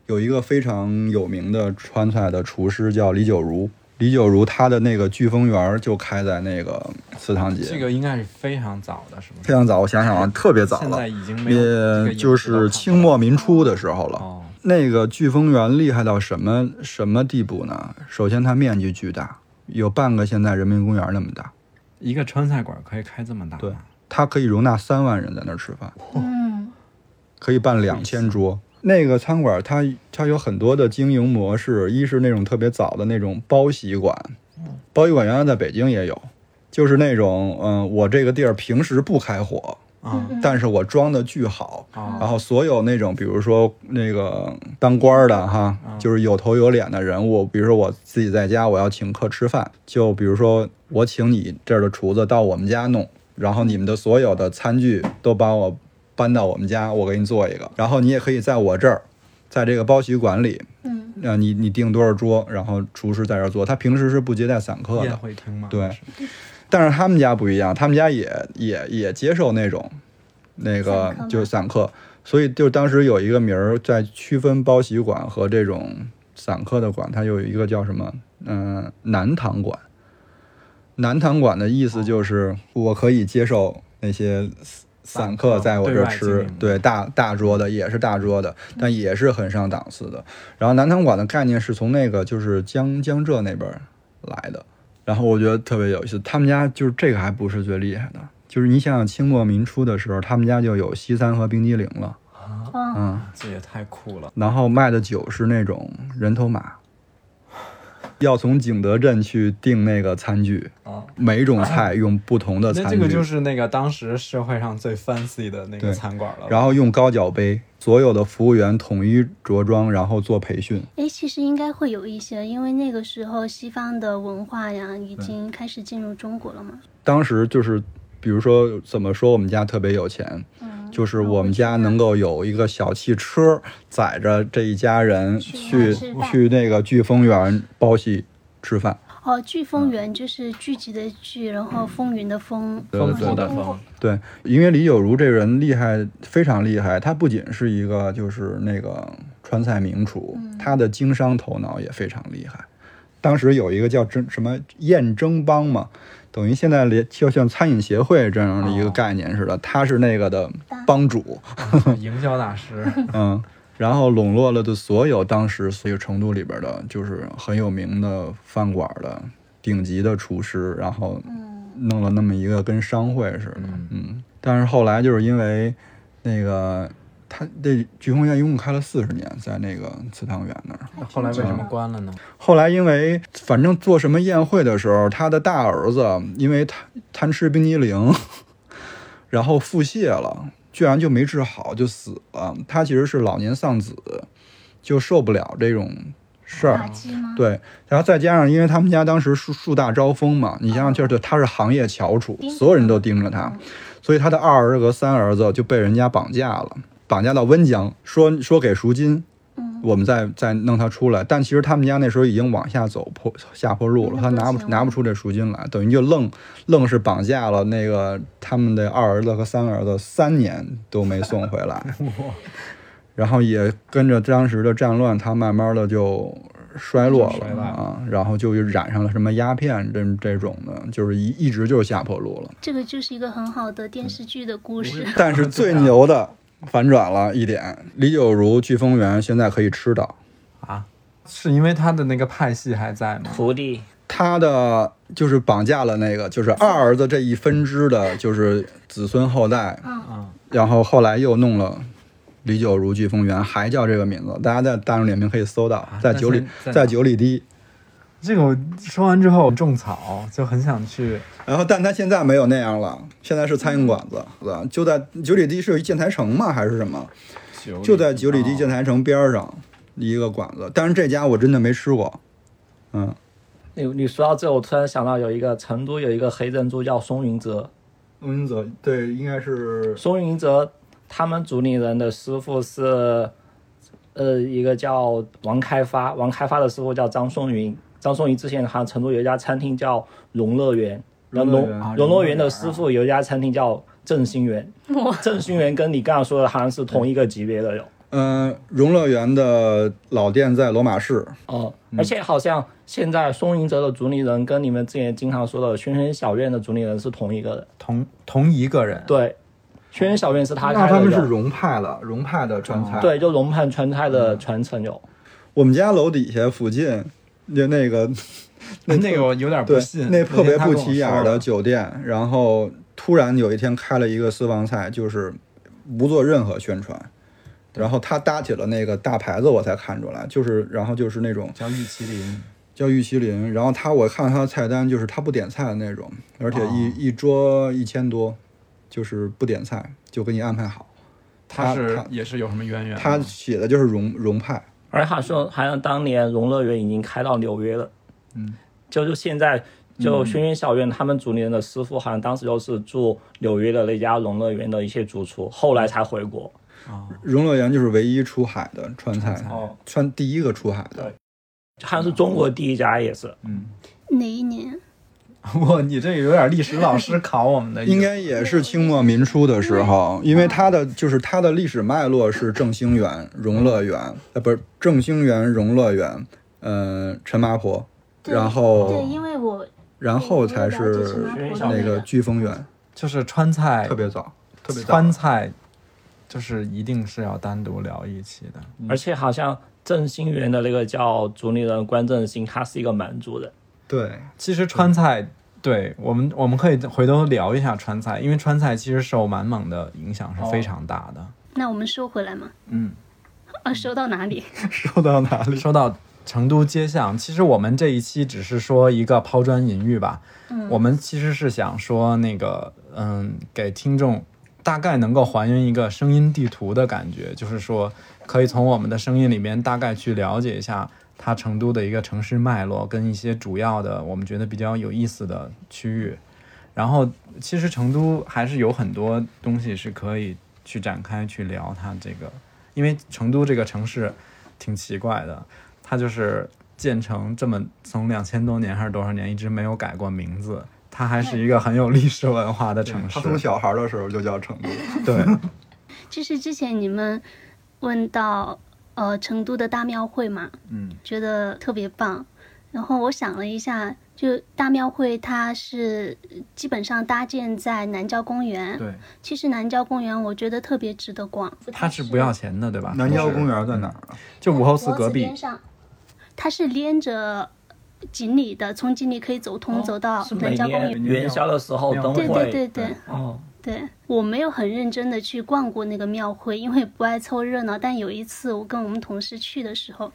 Speaker 1: 有一个非常有名的川菜的厨师叫李九如，李九如他的那个聚风园儿就开在那个祠堂街，
Speaker 2: 这个应该是非常早的，是不
Speaker 1: 非
Speaker 2: 是？
Speaker 1: 常早，我想想啊，特别早
Speaker 2: 现在
Speaker 1: 了，
Speaker 2: 已经没有这个
Speaker 1: 也
Speaker 2: 影子
Speaker 1: 就
Speaker 2: 都看
Speaker 1: 是
Speaker 2: 不
Speaker 1: 清
Speaker 2: 到
Speaker 1: 末民初的时候了。
Speaker 2: 哦，
Speaker 1: 那个聚风园厉害到什么什么地步呢？首先它面积巨大，有半个现在人民公园那么大，
Speaker 2: 一个川菜馆可以开这么大吗？啊
Speaker 1: 对它可以容纳三万人在那儿吃饭。
Speaker 4: 嗯，
Speaker 1: 可以办两千桌。那个餐馆它它有很多的经营模式，一是那种特别早的那种包席馆，呃包席馆原来在北京也有，就是那种嗯、我这个地儿平时不开火，
Speaker 2: 啊
Speaker 1: 但是我装的巨好，
Speaker 2: 啊
Speaker 1: 然后所有那种比如说那个当官儿的哈，就是有头有脸的人物，比如说我自己在家我要请客吃饭，就比如说我请你这儿的厨子到我们家弄，然后你们的所有的餐具都帮我搬到我们家，我给你做一个，然后你也可以在我这儿，在这个包喜馆里，
Speaker 4: 嗯，
Speaker 1: 呃，你你订多少桌，然后厨师在这儿做，他平时是不接待散客
Speaker 2: 宴
Speaker 1: 的，
Speaker 2: 会厅嘛，
Speaker 1: 对
Speaker 2: 是
Speaker 1: 但是他们家不一样，他们家也也也接受那种那个
Speaker 4: 散客吗
Speaker 1: 就是散客，所以就当时有一个名儿在区分包喜馆和这种散客的馆，它有一个叫什么嗯、呃南堂馆。南堂馆的
Speaker 2: 哦
Speaker 1: 意思就是我可以接受那些散客在我这儿
Speaker 2: 对外
Speaker 1: 吃
Speaker 2: 经营，嗯
Speaker 1: 对大大桌的也是大桌的，但也是很上档次的。然后南堂馆的概念是从那个就是江江浙那边儿来的，然后我觉得特别有意思。他们家就是这个还不是最厉害的，就是你想想清末民初的时候，他们家就有西餐和冰激凌了，
Speaker 4: 哇，
Speaker 1: 嗯，
Speaker 2: 这也太酷了，
Speaker 1: 然后卖的酒是那种人头马，要从景德镇去订那个餐具，
Speaker 2: 啊。
Speaker 1: 每种菜用不同的
Speaker 2: 那
Speaker 1: 餐
Speaker 2: 这
Speaker 1: 具，
Speaker 2: 个就是那个当时社会上最 fancy 的那
Speaker 1: 对
Speaker 2: 个餐馆了。
Speaker 1: 然后用高脚杯，所有的服务员统一着装，然后做培训。
Speaker 4: 哎，其实应该会有一些，因为那个时候西方的文化呀已经开始进入中国了嘛。
Speaker 1: 当时就是，比如说怎么说我们家特别有钱，
Speaker 4: 嗯，
Speaker 1: 就是我们家能够有一个小汽车，载着这一家人去
Speaker 4: 去吃饭
Speaker 1: 去那个聚丰园包喜吃饭。
Speaker 4: 哦，聚
Speaker 1: 嗯
Speaker 4: 丰园就是聚集的聚，然后风云的风，
Speaker 1: 对对
Speaker 2: 丰
Speaker 1: 对
Speaker 2: 富的
Speaker 1: 对
Speaker 4: 丰
Speaker 2: 风，
Speaker 1: 对，因为李九如这个人厉害，非常厉害。他不仅是一个就是那个川菜名厨，他的经商头脑也非常厉害。当时有一个叫真什么燕征帮嘛，等于现在连就像餐饮协会这样的一个
Speaker 2: 哦
Speaker 1: 概念似的，他是那个的帮主，
Speaker 2: 营销大师，
Speaker 1: 嗯，然后笼络了的所有当时所有成都里边的，就是很有名的饭馆的顶级的厨师，然后弄了那么一个跟商会似的，嗯，但是后来就是因为那个他这飓风院一共开了四十年，在那个祠堂园那儿，
Speaker 2: 那后来为什么关了呢？
Speaker 1: 后来因为反正做什么宴会的时候，他的大儿子因为贪贪吃冰激凌， 然后腹泻了，居然就没治好就死了。他其实是老年丧子，就受不了这种事儿
Speaker 4: 打。击吗？
Speaker 1: 对，然后再加上，因为他们家当时树树大招风嘛，你想想，就是他是行业翘楚，所有人都盯着他，所以他的二儿子和三儿子就被人家绑架了，绑架到温江，说说给赎金，我们再再弄他出来。但其实他们家那时候已经往下走坡下坡路了，他拿嗯不拿不出这赎金来，等于就愣愣是绑架了那个他们的二儿子和三儿子，三年都没送回 来。然后也跟着当时的战乱，他慢慢的就衰落
Speaker 2: 衰
Speaker 1: 了
Speaker 2: 败
Speaker 1: 啊，然后就染上了什么鸦片这这种的，就是一一直就是下坡路了。
Speaker 4: 这个就是一个很好的电视剧的故事。
Speaker 1: 但是最牛的反转了一点，李九如聚丰园现在可以吃到，
Speaker 2: 啊，是因为他的那个派系还在吗？
Speaker 3: 徒弟
Speaker 1: 他的就是绑架了那个，就是二儿子这一分支的，就是子孙后代，
Speaker 2: 嗯，
Speaker 1: 然后后来又弄了。李九如聚丰园还叫这个名字，大家在大众点评可以搜到，在
Speaker 2: 那
Speaker 1: 九里，
Speaker 2: 在在哪
Speaker 1: 在九里堤。
Speaker 2: 这个我说完之后种草，就很想去
Speaker 1: 然后，但他现在没有那样了，现在是餐饮馆子，对吧就在九里堤是一建材城嘛，还是什么？
Speaker 5: 九
Speaker 1: 就
Speaker 5: 里
Speaker 1: 在九里堤建材城边儿上一个馆子，但是这家我真的没吃过，嗯，
Speaker 3: 你你说到这，我突然想到有一个成都有一个黑珍珠叫松云泽，
Speaker 1: 龙云泽对，应该是
Speaker 3: 松云泽他们主理人的师傅是，呃，一个叫王开发，王开发的师傅叫张松云，张松云之前好像成都有一家餐厅叫荣乐园，然后
Speaker 1: 荣乐
Speaker 3: 荣
Speaker 1: 园
Speaker 2: 啊
Speaker 3: 荣
Speaker 2: 荣乐
Speaker 3: 乐园的
Speaker 2: 园
Speaker 3: 师
Speaker 2: 啊
Speaker 3: 傅有一家餐厅叫振兴园，振兴园跟你刚刚说的好像是同一个级别的哟。
Speaker 1: 嗯、呃荣乐园的老店在罗马市，
Speaker 3: 哦，而且好像现在松云泽的主理人跟你们之前经常说的轩轩小院的主理人是同一个人，
Speaker 2: 同同一个人，
Speaker 3: 对，轩轩小院是他开的哟，
Speaker 1: 荣派的，荣派的川菜
Speaker 3: 对，就龙盘川菜的传承有。
Speaker 1: 我们家楼底下附近就那个
Speaker 2: 那那个我有点不
Speaker 1: 对
Speaker 2: 信，
Speaker 1: 那特别
Speaker 2: 天他
Speaker 1: 不
Speaker 2: 跟我
Speaker 1: 起眼儿
Speaker 2: 说
Speaker 1: 的
Speaker 2: 了
Speaker 1: 酒店，然后突然有一天开了一个私房菜，就是不做任何宣传，然后他搭起了那个大牌子，我才看出来，就是然后就是那种
Speaker 2: 叫玉麒麟，
Speaker 1: 叫玉麒麟，然后
Speaker 2: 哦
Speaker 1: 他我看他的菜单就是他不点菜的那种，而且一、一桌一千多，就是不点菜，就给你安排好。
Speaker 2: 他
Speaker 1: 他
Speaker 2: 是
Speaker 1: 他
Speaker 2: 也是有什么渊源吗？
Speaker 1: 他写的就是融融派，
Speaker 3: 而且好像好像当年融乐园已经开到纽约了，
Speaker 2: 嗯，
Speaker 3: 就就现在就轩辕小院他们组里面的师傅，好像当时就是住纽约的那家融乐园的一些主厨，后来才回国。
Speaker 2: 哦
Speaker 1: 荣乐园就是唯一出海的川菜，
Speaker 2: 川菜
Speaker 5: 哦，
Speaker 1: 川第一个出海的
Speaker 3: 对。好像
Speaker 2: 嗯
Speaker 3: 是中国第一家也是，
Speaker 5: 嗯，
Speaker 4: 哪一年？
Speaker 2: 哇，你这个有点历史老师考我们的意思，
Speaker 1: 应该也是清末民初的时候，因为它的就是它的历史脉络是正兴园、荣乐园，呃，不是正兴园、荣乐园，呃，陈麻婆，
Speaker 4: 对
Speaker 1: 然后
Speaker 4: 对，因为我
Speaker 1: 然后才
Speaker 4: 我了解陈
Speaker 1: 是
Speaker 4: 麻婆
Speaker 3: 学校
Speaker 1: 那
Speaker 4: 那
Speaker 1: 个飓风园，
Speaker 2: 就是川菜
Speaker 1: 特，别早，特别早
Speaker 2: 川。菜就是一定是要单独聊一期的。
Speaker 3: 而且好像郑兴元的那个叫主理人关正兴，他是一个满族人，
Speaker 1: 对，
Speaker 2: 其实川菜，对我们我们可以回头聊一下川菜，因为川菜其实受满蒙的影响是非常大的。
Speaker 4: 那我们收回来嘛？
Speaker 2: 嗯，
Speaker 4: 啊，收到哪里？
Speaker 1: 说到哪里？
Speaker 2: 说到成都街巷，其实我们这一期只是说一个抛砖引玉吧。
Speaker 4: 嗯
Speaker 2: 我们其实是想说那个，嗯，给听众大概能够还原一个声音地图的感觉，就是说可以从我们的声音里面大概去了解一下它成都的一个城市脉络跟一些主要的我们觉得比较有意思的区域。然后，其实成都还是有很多东西是可以去展开去聊它这个，因为成都这个城市挺奇怪的，它就是建成这么从两千多年还是多少年一直没有改过名字，它还是一个很有历史文化的城市
Speaker 1: 他。生小孩的时候就叫成 都。
Speaker 2: 对，
Speaker 4: 就是之前你们问到呃成都的大庙会嘛，
Speaker 5: 嗯，
Speaker 4: 觉得特别棒。然后我想了一下，就大庙会它是呃基本上搭建在南郊公园。
Speaker 5: 对，
Speaker 4: 其实南郊公园我觉得特别值得逛，
Speaker 2: 它是不要钱的，对吧？
Speaker 1: 南郊
Speaker 2: 就是
Speaker 1: 公园在哪儿啊？
Speaker 2: 就武侯祠
Speaker 4: 脖
Speaker 2: 隔
Speaker 4: 子
Speaker 2: 壁
Speaker 4: 边。上，它是连着锦里的，从锦里可以走通、走到
Speaker 3: 哦是每
Speaker 4: 南郊公
Speaker 3: 年
Speaker 4: 园。
Speaker 3: 元宵的时候灯
Speaker 4: 对对
Speaker 3: 会，
Speaker 4: 对对
Speaker 3: 哦，
Speaker 4: 对，我没有很认真的去逛过那个庙会，因为不爱凑热闹。但有一次我跟我们同事去的时候，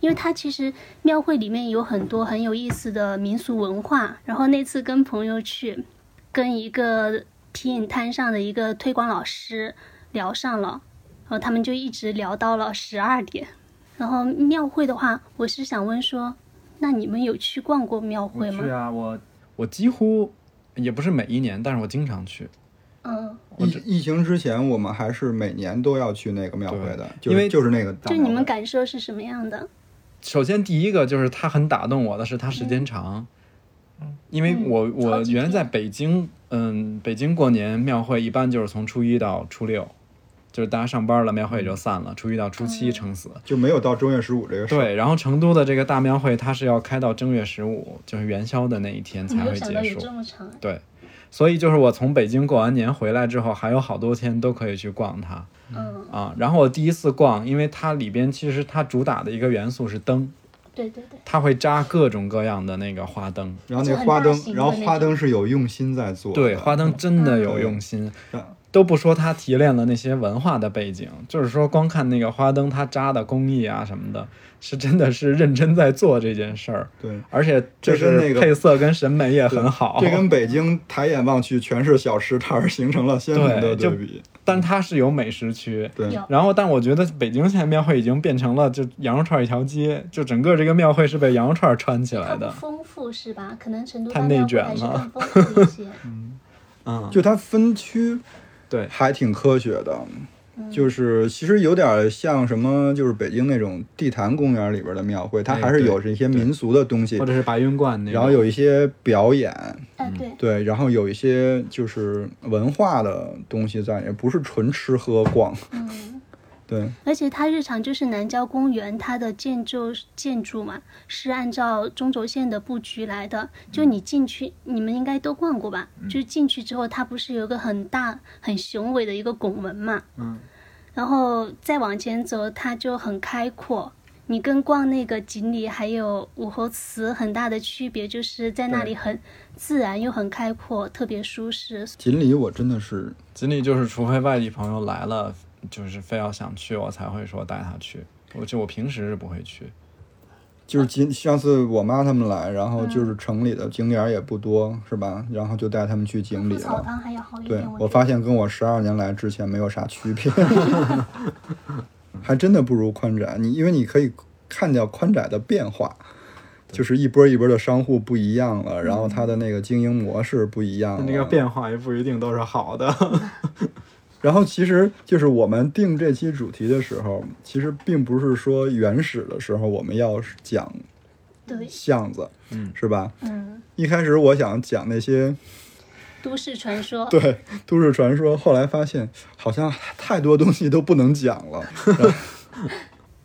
Speaker 4: 因为它其实庙会里面有很多很有意思的民俗文化。然后那次跟朋友去，跟一个皮影摊上的一个推广老师聊上了，然后他们就一直聊到了十二点。然后庙会的话，我是想问说，那你们有去逛过庙
Speaker 5: 我
Speaker 4: 会吗
Speaker 5: 去？啊，我
Speaker 2: 我几乎也不是每一年，但是我经常去。
Speaker 4: 嗯，
Speaker 1: 疫疫情之前，我们还是每年都要去那个庙会的，
Speaker 2: 对
Speaker 1: 就
Speaker 2: 因为
Speaker 1: 就是那个大
Speaker 4: 就
Speaker 1: 庙会。
Speaker 4: 你们感受是什么样的？
Speaker 2: 首先第一个就是它很打动我的是它时间
Speaker 4: 嗯
Speaker 2: 长，因为我、我
Speaker 4: 超级
Speaker 2: 原来在北京，嗯，北京过年庙会一般就是从初一到初六，就是大家上班了，庙会也就
Speaker 1: 嗯
Speaker 2: 散了，初一到初七撑死。
Speaker 4: 哦
Speaker 1: 就没有到正月十五这个事儿。
Speaker 2: 对，然后成都的这个大庙会，它是要开到正月十五，就是元宵的那一天才
Speaker 4: 没有
Speaker 2: 会
Speaker 4: 想
Speaker 2: 结
Speaker 4: 到有
Speaker 2: 束。
Speaker 4: 这么长。
Speaker 2: 对，所以就是我从北京过完年回来之后，还有好多天都可以去逛它。
Speaker 4: 嗯，
Speaker 2: 啊，然后我第一次逛，因为它里边其实它主打的一个元素是灯，
Speaker 4: 对对对，
Speaker 2: 它会扎各种各样的那个花灯。
Speaker 1: 然后
Speaker 4: 就
Speaker 1: 那
Speaker 4: 很
Speaker 1: 花
Speaker 4: 大
Speaker 1: 灯，
Speaker 4: 型
Speaker 1: 然后
Speaker 4: 的那
Speaker 1: 花
Speaker 4: 种
Speaker 1: 灯是有用心在做的。
Speaker 2: 对，花灯真的有用心，
Speaker 1: 嗯
Speaker 2: 都不说它提炼了那些文化的背景，就是说光看那个花灯它扎的工艺啊什么的，是真的是认真在做这件事儿，
Speaker 1: 对，
Speaker 2: 而且就
Speaker 1: 这跟那
Speaker 2: 是
Speaker 1: 个
Speaker 2: 配色跟审美也很好。
Speaker 1: 这跟北京抬眼望去全是小吃摊儿形成了鲜明的
Speaker 2: 对就
Speaker 1: 比。
Speaker 2: 但它是有美食区，
Speaker 1: 对，
Speaker 4: 有
Speaker 2: 然后，但我觉得北京现在庙会已经变成了就羊肉串一条街，就整个这个庙会是被羊肉串串起
Speaker 4: 它
Speaker 2: 来
Speaker 4: 不
Speaker 2: 的。
Speaker 4: 丰富是吧？可能成都
Speaker 2: 太
Speaker 4: 大庙
Speaker 2: 内
Speaker 4: 会
Speaker 2: 卷
Speaker 4: 还是
Speaker 2: 了
Speaker 4: 更丰富一些。呃
Speaker 2: 嗯，
Speaker 1: 就它分区
Speaker 2: 对，
Speaker 1: 还挺科学的，就是其实有点像什么，就是北京那种地坛公园里边的庙会，它
Speaker 2: 哎
Speaker 1: 还是
Speaker 2: 对
Speaker 1: 有这些民俗的东西
Speaker 2: 或，者是白云观那
Speaker 1: 然后有一些表演，
Speaker 4: 哎，对，
Speaker 1: 对，然后有一些就是文化的东西在，也不是纯吃喝逛。
Speaker 4: 嗯，
Speaker 1: 对，
Speaker 4: 而且它日常就是南郊公园，它的建筑建筑嘛是按照中轴线的布局来的。就
Speaker 1: 嗯
Speaker 4: 你进去，你们应该都逛过吧？就进去之后，它不是有一个很大、很雄伟的一个拱门嘛？
Speaker 5: 嗯，
Speaker 4: 然后再往前走，它就很开阔。你跟逛那个锦里还有武侯祠很大的区别，就是在那里很自然又很开阔，特别舒适。
Speaker 1: 锦里我真的是
Speaker 2: 锦里就是，除非外地朋友来了，就是非要想去，我才会说带他去。我就我平时是不会去。
Speaker 1: 就是今上次我妈他们来，然后就是城里的景点儿也不多，是吧？然后就带他们去景里
Speaker 4: 比草
Speaker 1: 了。
Speaker 4: 堂还要好一
Speaker 1: 对
Speaker 4: 点。
Speaker 1: 我
Speaker 4: 觉
Speaker 1: 发
Speaker 4: 得
Speaker 1: 现跟我十二年来之前没有啥区 别，还真的不如宽窄。你因为你可以看到宽窄的变化，就是一波一波的商户不一样了，然后它的那个经营模式不一样了。
Speaker 2: 那个变化也不一定都是好的。
Speaker 1: 然后其实就是我们定这期主题的时候，其实并不是说原始的时候我们要讲
Speaker 4: 对，
Speaker 1: 巷子，嗯，是吧？
Speaker 4: 嗯，
Speaker 1: 一开始我想讲那些
Speaker 4: 都市传说，
Speaker 1: 对都市传说，后来发现好像太多东西都不能讲了。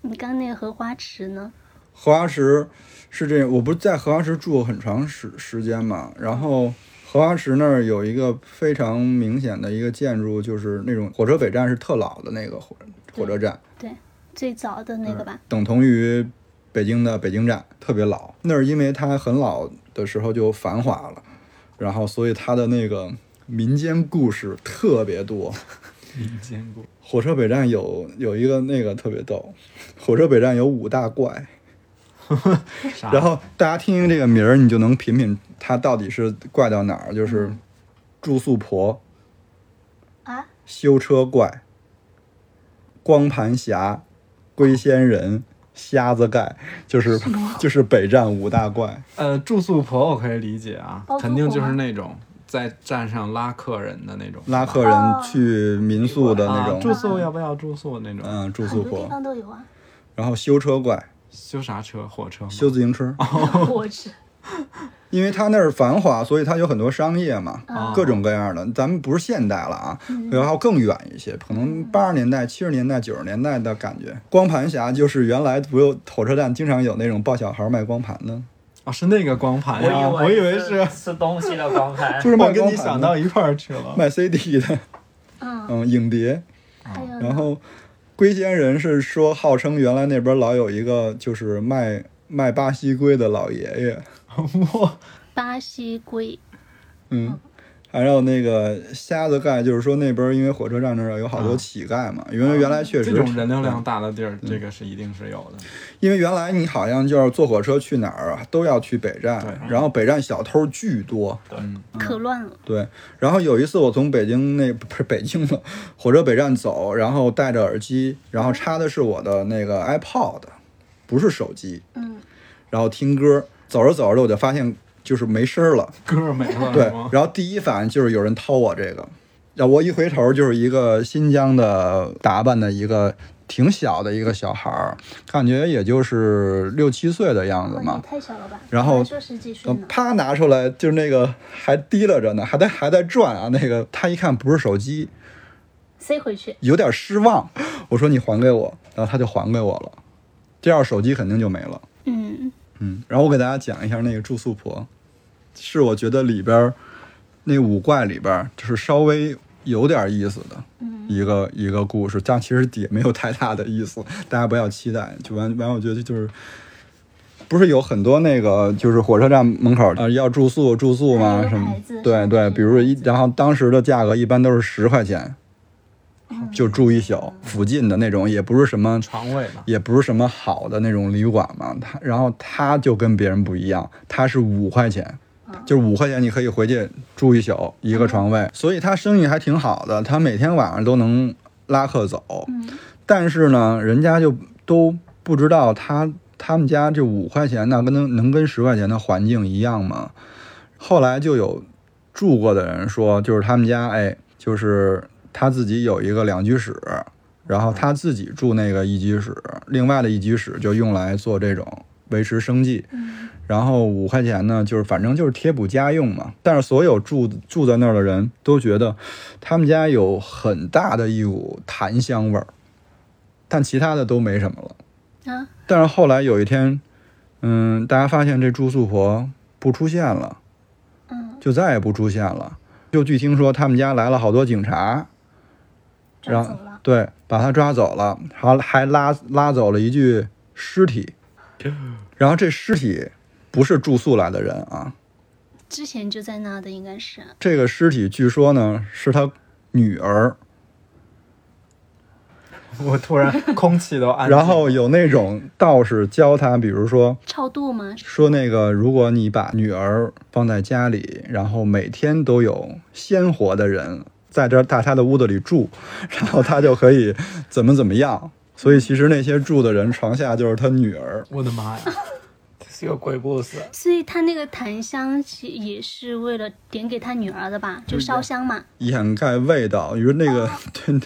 Speaker 4: 你刚那个荷花池呢？
Speaker 1: 荷花池是这样，我不是在荷花池住过很长时时间嘛，然后荷花池那儿有一个非常明显的一个建筑，就是那种火车北站是特老的那个火火车站，
Speaker 4: 对，最早的那个吧，
Speaker 1: 等同于北京的北京站，特别老。那儿因为它很老的时候就繁华了，然后所以它的那个民间故事特别多。
Speaker 2: 见过，
Speaker 1: 火车北站有有一个那个特别逗，火车北站有五大怪，然后大家听听这个名儿，你就能品品它到底是怪到哪儿，就是住宿婆、
Speaker 4: 啊，
Speaker 1: 修车怪、光盘侠、龟仙人、瞎子盖，就是 就是北站五大怪。
Speaker 2: 呃，住宿婆我可以理解啊
Speaker 4: 包，租
Speaker 2: 肯定就
Speaker 4: 哦婆
Speaker 2: 是
Speaker 4: 吗
Speaker 2: 那种在站上拉客人的那种，
Speaker 1: 拉客人
Speaker 4: 哦
Speaker 1: 去民宿的那
Speaker 2: 啊住
Speaker 1: 种，
Speaker 2: 宿要不要住宿那种？
Speaker 1: 嗯，住
Speaker 4: 很
Speaker 1: 宿
Speaker 4: 多地
Speaker 1: 婆，
Speaker 4: 方都有啊。
Speaker 1: 然后修车怪、
Speaker 2: 修啥车？火车吗？
Speaker 1: 修自行
Speaker 2: 哦
Speaker 1: 车，
Speaker 4: 我去，
Speaker 1: 因为它那儿繁华，所以它有很多商业嘛，
Speaker 4: 哦
Speaker 2: 啊
Speaker 1: 各种各样的。咱们不是现代了啊，
Speaker 4: 嗯
Speaker 1: 然后更远一些，可能八十年代、七十年代、九十年代的感觉。光盘侠就是原来不有火车站经常有那种抱小孩卖光盘的，
Speaker 2: 哦，是那个光盘呀，
Speaker 3: 我
Speaker 2: 哦我以为是，
Speaker 3: 吃东西的光 盘
Speaker 1: 就，是卖光
Speaker 2: 我跟
Speaker 1: 盘
Speaker 2: 你
Speaker 1: 的
Speaker 2: 想到一块儿去 了。
Speaker 1: 卖 CD 的，
Speaker 4: 嗯，
Speaker 1: 嗯，影碟。
Speaker 4: 还有
Speaker 1: 然
Speaker 4: 呢，
Speaker 1: 后龟仙人是说，号称原来那边老有一个就是卖卖巴西龟的老爷爷，
Speaker 2: 哇，
Speaker 4: 巴西龟，哦
Speaker 1: 嗯，还有那个瞎子盖，就是说那边因为火车站那儿有好多乞丐嘛，因为原来确实
Speaker 2: 啊这种人流量大的地儿，这个是一定是有的。
Speaker 1: 因为原来你好像就是坐火车去哪儿啊，都要去北站，
Speaker 2: 对
Speaker 1: 然后北站小偷巨多，
Speaker 4: 可乱了。
Speaker 1: 对。然后有一次我从北京那不是北京的火车北站走，然后戴着耳机，然后插的是我的那个 iPod，不是手机，
Speaker 4: 嗯，
Speaker 1: 然后听歌，走着走着我就发现就是没声儿了，
Speaker 2: 歌儿没 了，
Speaker 1: 对
Speaker 2: 是吗，
Speaker 1: 然后第一反应就是有人掏我这个，然后我一回头就是一个新疆的打扮的一个挺小的一个小孩儿，感觉也就是六七岁的样子
Speaker 4: 嗯哇，
Speaker 1: 嘛
Speaker 4: 你。太小了吧？
Speaker 1: 然后
Speaker 4: 还说十几岁
Speaker 1: 呃
Speaker 4: 呢，
Speaker 1: 啪拿出来，就是那个还提拉着呢，还在还在转啊。那个他一看不是手机，
Speaker 4: 塞回去。
Speaker 1: 有点失望。我说你还给我，然后他就还给我了。这样手机肯定就没了。
Speaker 4: 嗯，
Speaker 1: 嗯，然后我给大家讲一下那个住宿婆，是我觉得里边儿那五怪里边儿就是稍微有点意思的
Speaker 4: 嗯
Speaker 1: 一个、一个故事，但其实也没有太大的意思， 大家不要期待。就完完，我觉得就是。不是有很多那个，就是火车站门口呃要住宿住宿吗？
Speaker 4: 嗯还有
Speaker 1: 什么
Speaker 4: 牌子？
Speaker 1: 对
Speaker 4: 上
Speaker 1: 对，
Speaker 4: 面
Speaker 1: 比如一，然后当时的价格一般都是十块钱，
Speaker 4: 嗯
Speaker 1: 就住一宿，附近的那种也不是什么
Speaker 2: 床位嘛，
Speaker 1: 也不是什么好的那种旅馆嘛。他然后他就跟别人不一样，他是五块钱，就是五块钱你可以回去住一宿一个床位，所以他生意还挺好的，他每天晚上都能拉客走。但是呢，人家就都不知道他他们家这五块钱呢，跟能能跟十块钱的环境一样吗？后来就有住过的人说，就是他们家哎，就是他自己有一个两居室，然后他自己住那个一居室，另外的一居室就用来做这种维持生计。然后五块钱呢，就是反正就是贴补家用嘛。但是所有住住在那儿的人都觉得，他们家有很大的一股檀香味儿，但其他的都没什么了。
Speaker 4: 啊，
Speaker 1: 但是后来有一天，嗯，大家发现这住宿婆不出现了，
Speaker 4: 嗯，
Speaker 1: 就再也不出现了。就据听说他们家来了好多警察，
Speaker 4: 抓
Speaker 1: 然
Speaker 4: 走
Speaker 1: 后
Speaker 4: 了。
Speaker 1: 对，把他抓走了，还还拉拉走了一具尸 体，然后这尸体不是住宿来的人啊，
Speaker 4: 之前就在那的应该是，
Speaker 1: 这个尸体据说呢是他女儿，
Speaker 2: 我突然空气都安静。
Speaker 1: 然后有那种道士教他，比如说
Speaker 4: 超度吗？
Speaker 1: 说那个，如果你把女儿放在家里，然后每天都有鲜活的人在这大他的屋子里住，然后他就可以怎么怎么样。 所以其实那些住的人床下就是他女儿，
Speaker 2: 我的妈呀！
Speaker 3: 这是个鬼故事。
Speaker 4: 所以他那个檀香其也是为了点给他女儿的吧，就烧香嘛。
Speaker 1: 掩盖味道。你说那个， 对，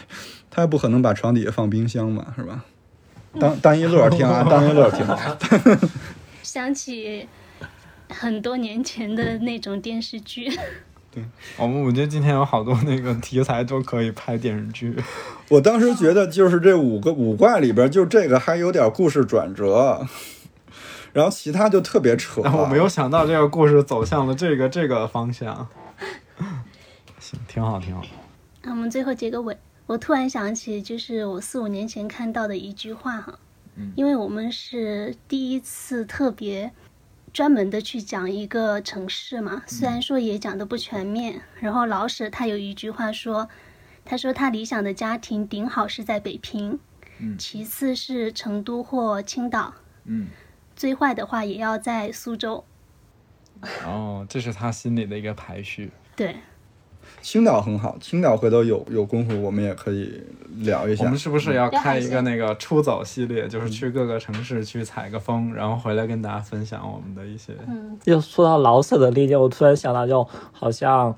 Speaker 1: 他不可能把床底下放冰箱嘛，是吧？当当一乐听啊， 当一乐听。
Speaker 4: 想起很多年前的那种电视剧，
Speaker 2: 我们我觉得今天有好多那个题材都可以拍电视剧。
Speaker 1: 我当时觉得，就是这五个五怪里边，就这个还有点故事转折，然后其他就特别扯。啊
Speaker 2: 但我没有想到这个故事走向了这个这个方向。 行，挺好，挺好。
Speaker 4: 那我们最后结个尾。我突然想起，就是我四五年前看到的一句话哈，因为我们是第一次特别专门的去讲一个城市嘛，虽然说也讲的不全面。然后老舍他有一句话说，他说他理想的家庭顶好是在北平，其次是成都或青岛，
Speaker 5: 嗯，
Speaker 4: 最坏的话也要在苏州。
Speaker 2: 哦，这是他心里的一个排序。
Speaker 4: 对，
Speaker 1: 青岛很好，青岛回头有有功夫我们也可以聊一
Speaker 2: 我
Speaker 1: 下
Speaker 2: 们。是不是要开一
Speaker 4: 要
Speaker 2: 个那个出走系列，就是去各个城市去采个风，然后回来跟大家分享我们的一些？
Speaker 4: 嗯，
Speaker 3: 又说到老舍的历练，我突然想到，就好像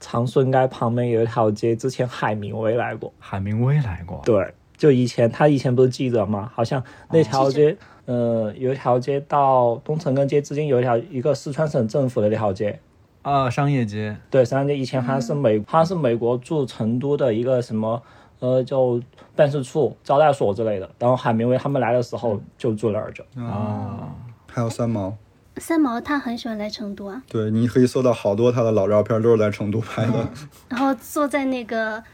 Speaker 3: 长顺街旁边有一条街，之前海明威来过。
Speaker 2: 海明威来过，
Speaker 3: 对，就以前他以前不是记者嘛，好像那条
Speaker 4: 记
Speaker 3: 街，呃，有一条街到东城跟街之间有一条一个四川省政府的那条街。
Speaker 2: 啊，商业街，
Speaker 3: 对，三街以前他是美，他是美国驻成都的一个什么，呃，就办事处、招待所之类的。然后海明威他们来的时候就住那儿就。
Speaker 2: 啊，
Speaker 1: 还有三毛，
Speaker 4: 三毛他很喜欢来成都啊，
Speaker 1: 对，你可以搜到好多他的老照片，都是在成都拍
Speaker 2: 嗯
Speaker 1: 的。
Speaker 4: 然后坐在那个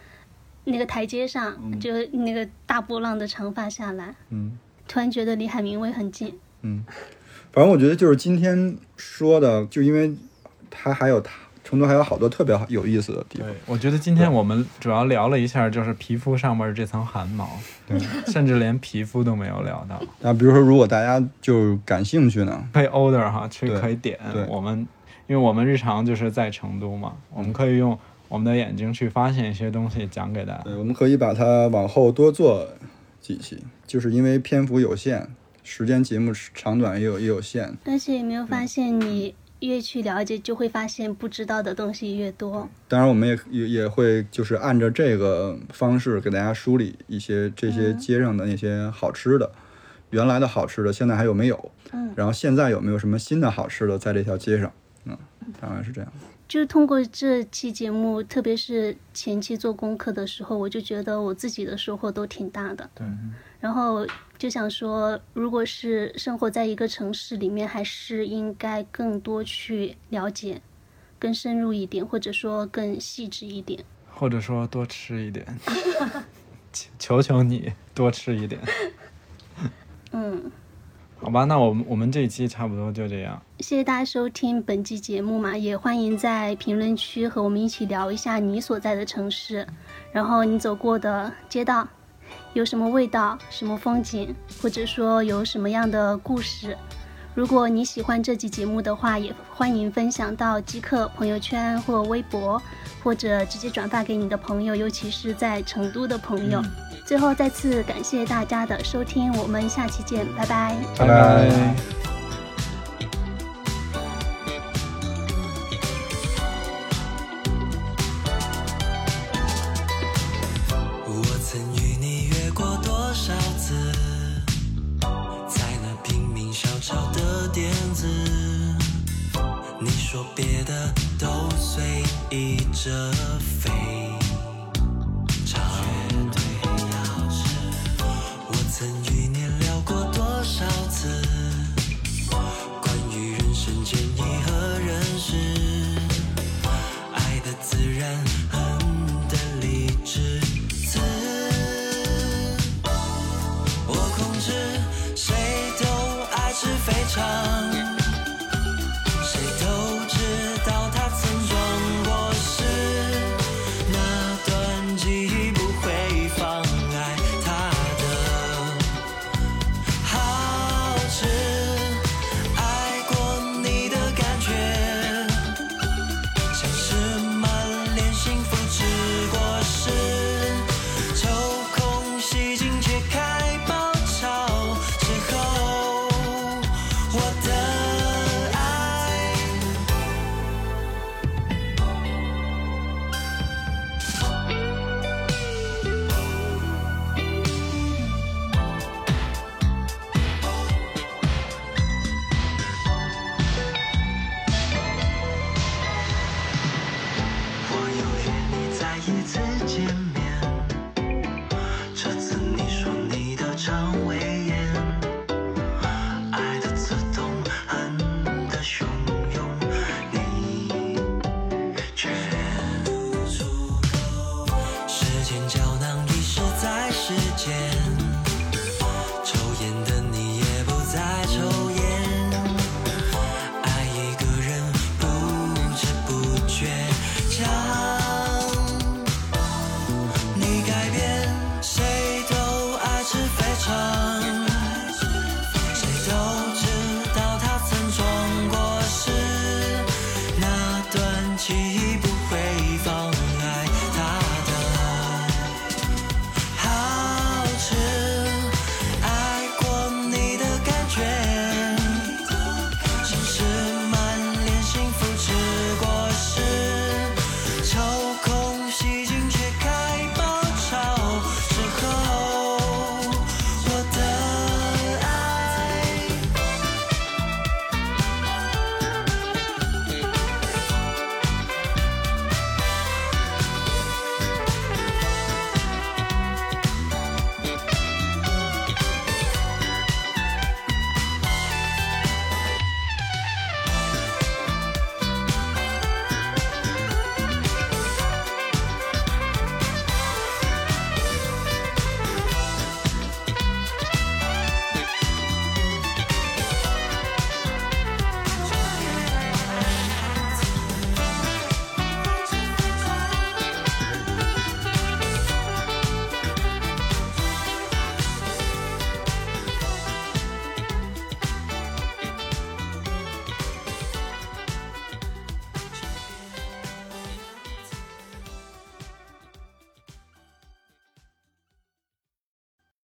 Speaker 4: 那个台阶上，就那个大波浪的长发下来，
Speaker 1: 嗯，
Speaker 4: 突然觉得离海明威很近。
Speaker 1: 反正我觉得就是今天说的，就因为他还有他成都还有好多特别有意思的地
Speaker 2: 对
Speaker 1: 方。，
Speaker 2: 我觉得今天我们主要聊了一下，就是皮肤上面这层汗毛，对，甚至连皮肤都没有聊 到。
Speaker 1: 那比如说，如果大家就感兴趣呢，
Speaker 2: 可以 order 哈，去
Speaker 1: 对
Speaker 2: 可以点
Speaker 1: 对。
Speaker 2: 我们因为我们日常就是在成都嘛，我们可以用我们的眼睛去发现一些东西，讲给大家。
Speaker 1: 对，我们可以把它往后多做几期，就是因为篇幅有限，时间节目长短也有也有限。
Speaker 4: 而且有没有发现，你越去了解，就会发现不知道的东西越多。
Speaker 1: 当然，我们也也也会就是按照这个方式给大家梳理一些这些街上的那些好吃的，原来的好吃的，现在还有没有？
Speaker 4: 嗯，
Speaker 1: 然后现在有没有什么新的好吃的在这条街上？嗯，当然是这样。
Speaker 4: 就是通过这期节目，特别是前期做功课的时候，我就觉得我自己的收获都挺大的。
Speaker 5: 对，
Speaker 4: 然后就想说，如果是生活在一个城市里面，还是应该更多去了解，更深入一点，或者说更细致一点。
Speaker 2: 或者说多吃一点， 求求求你多吃一点，
Speaker 4: 嗯，
Speaker 2: 好吧？那我们我们这一期差不多就这样。
Speaker 4: 谢谢大家收听本期节目嘛，也欢迎在评论区和我们一起聊一下你所在的城市，然后你走过的街道有什么味道、什么风景，或者说有什么样的故事。如果你喜欢这期节目的话，也欢迎分享到极客朋友圈或微博，或者直接转发给你的朋友，尤其是在成都的朋友。最后再次感谢大家的收听，我们下期见，拜拜。
Speaker 1: 拜
Speaker 2: 拜
Speaker 1: 拜
Speaker 6: 我曾与你约过多少次，在那平民小炒的店子，你说别的都随意着飞，超对我曾与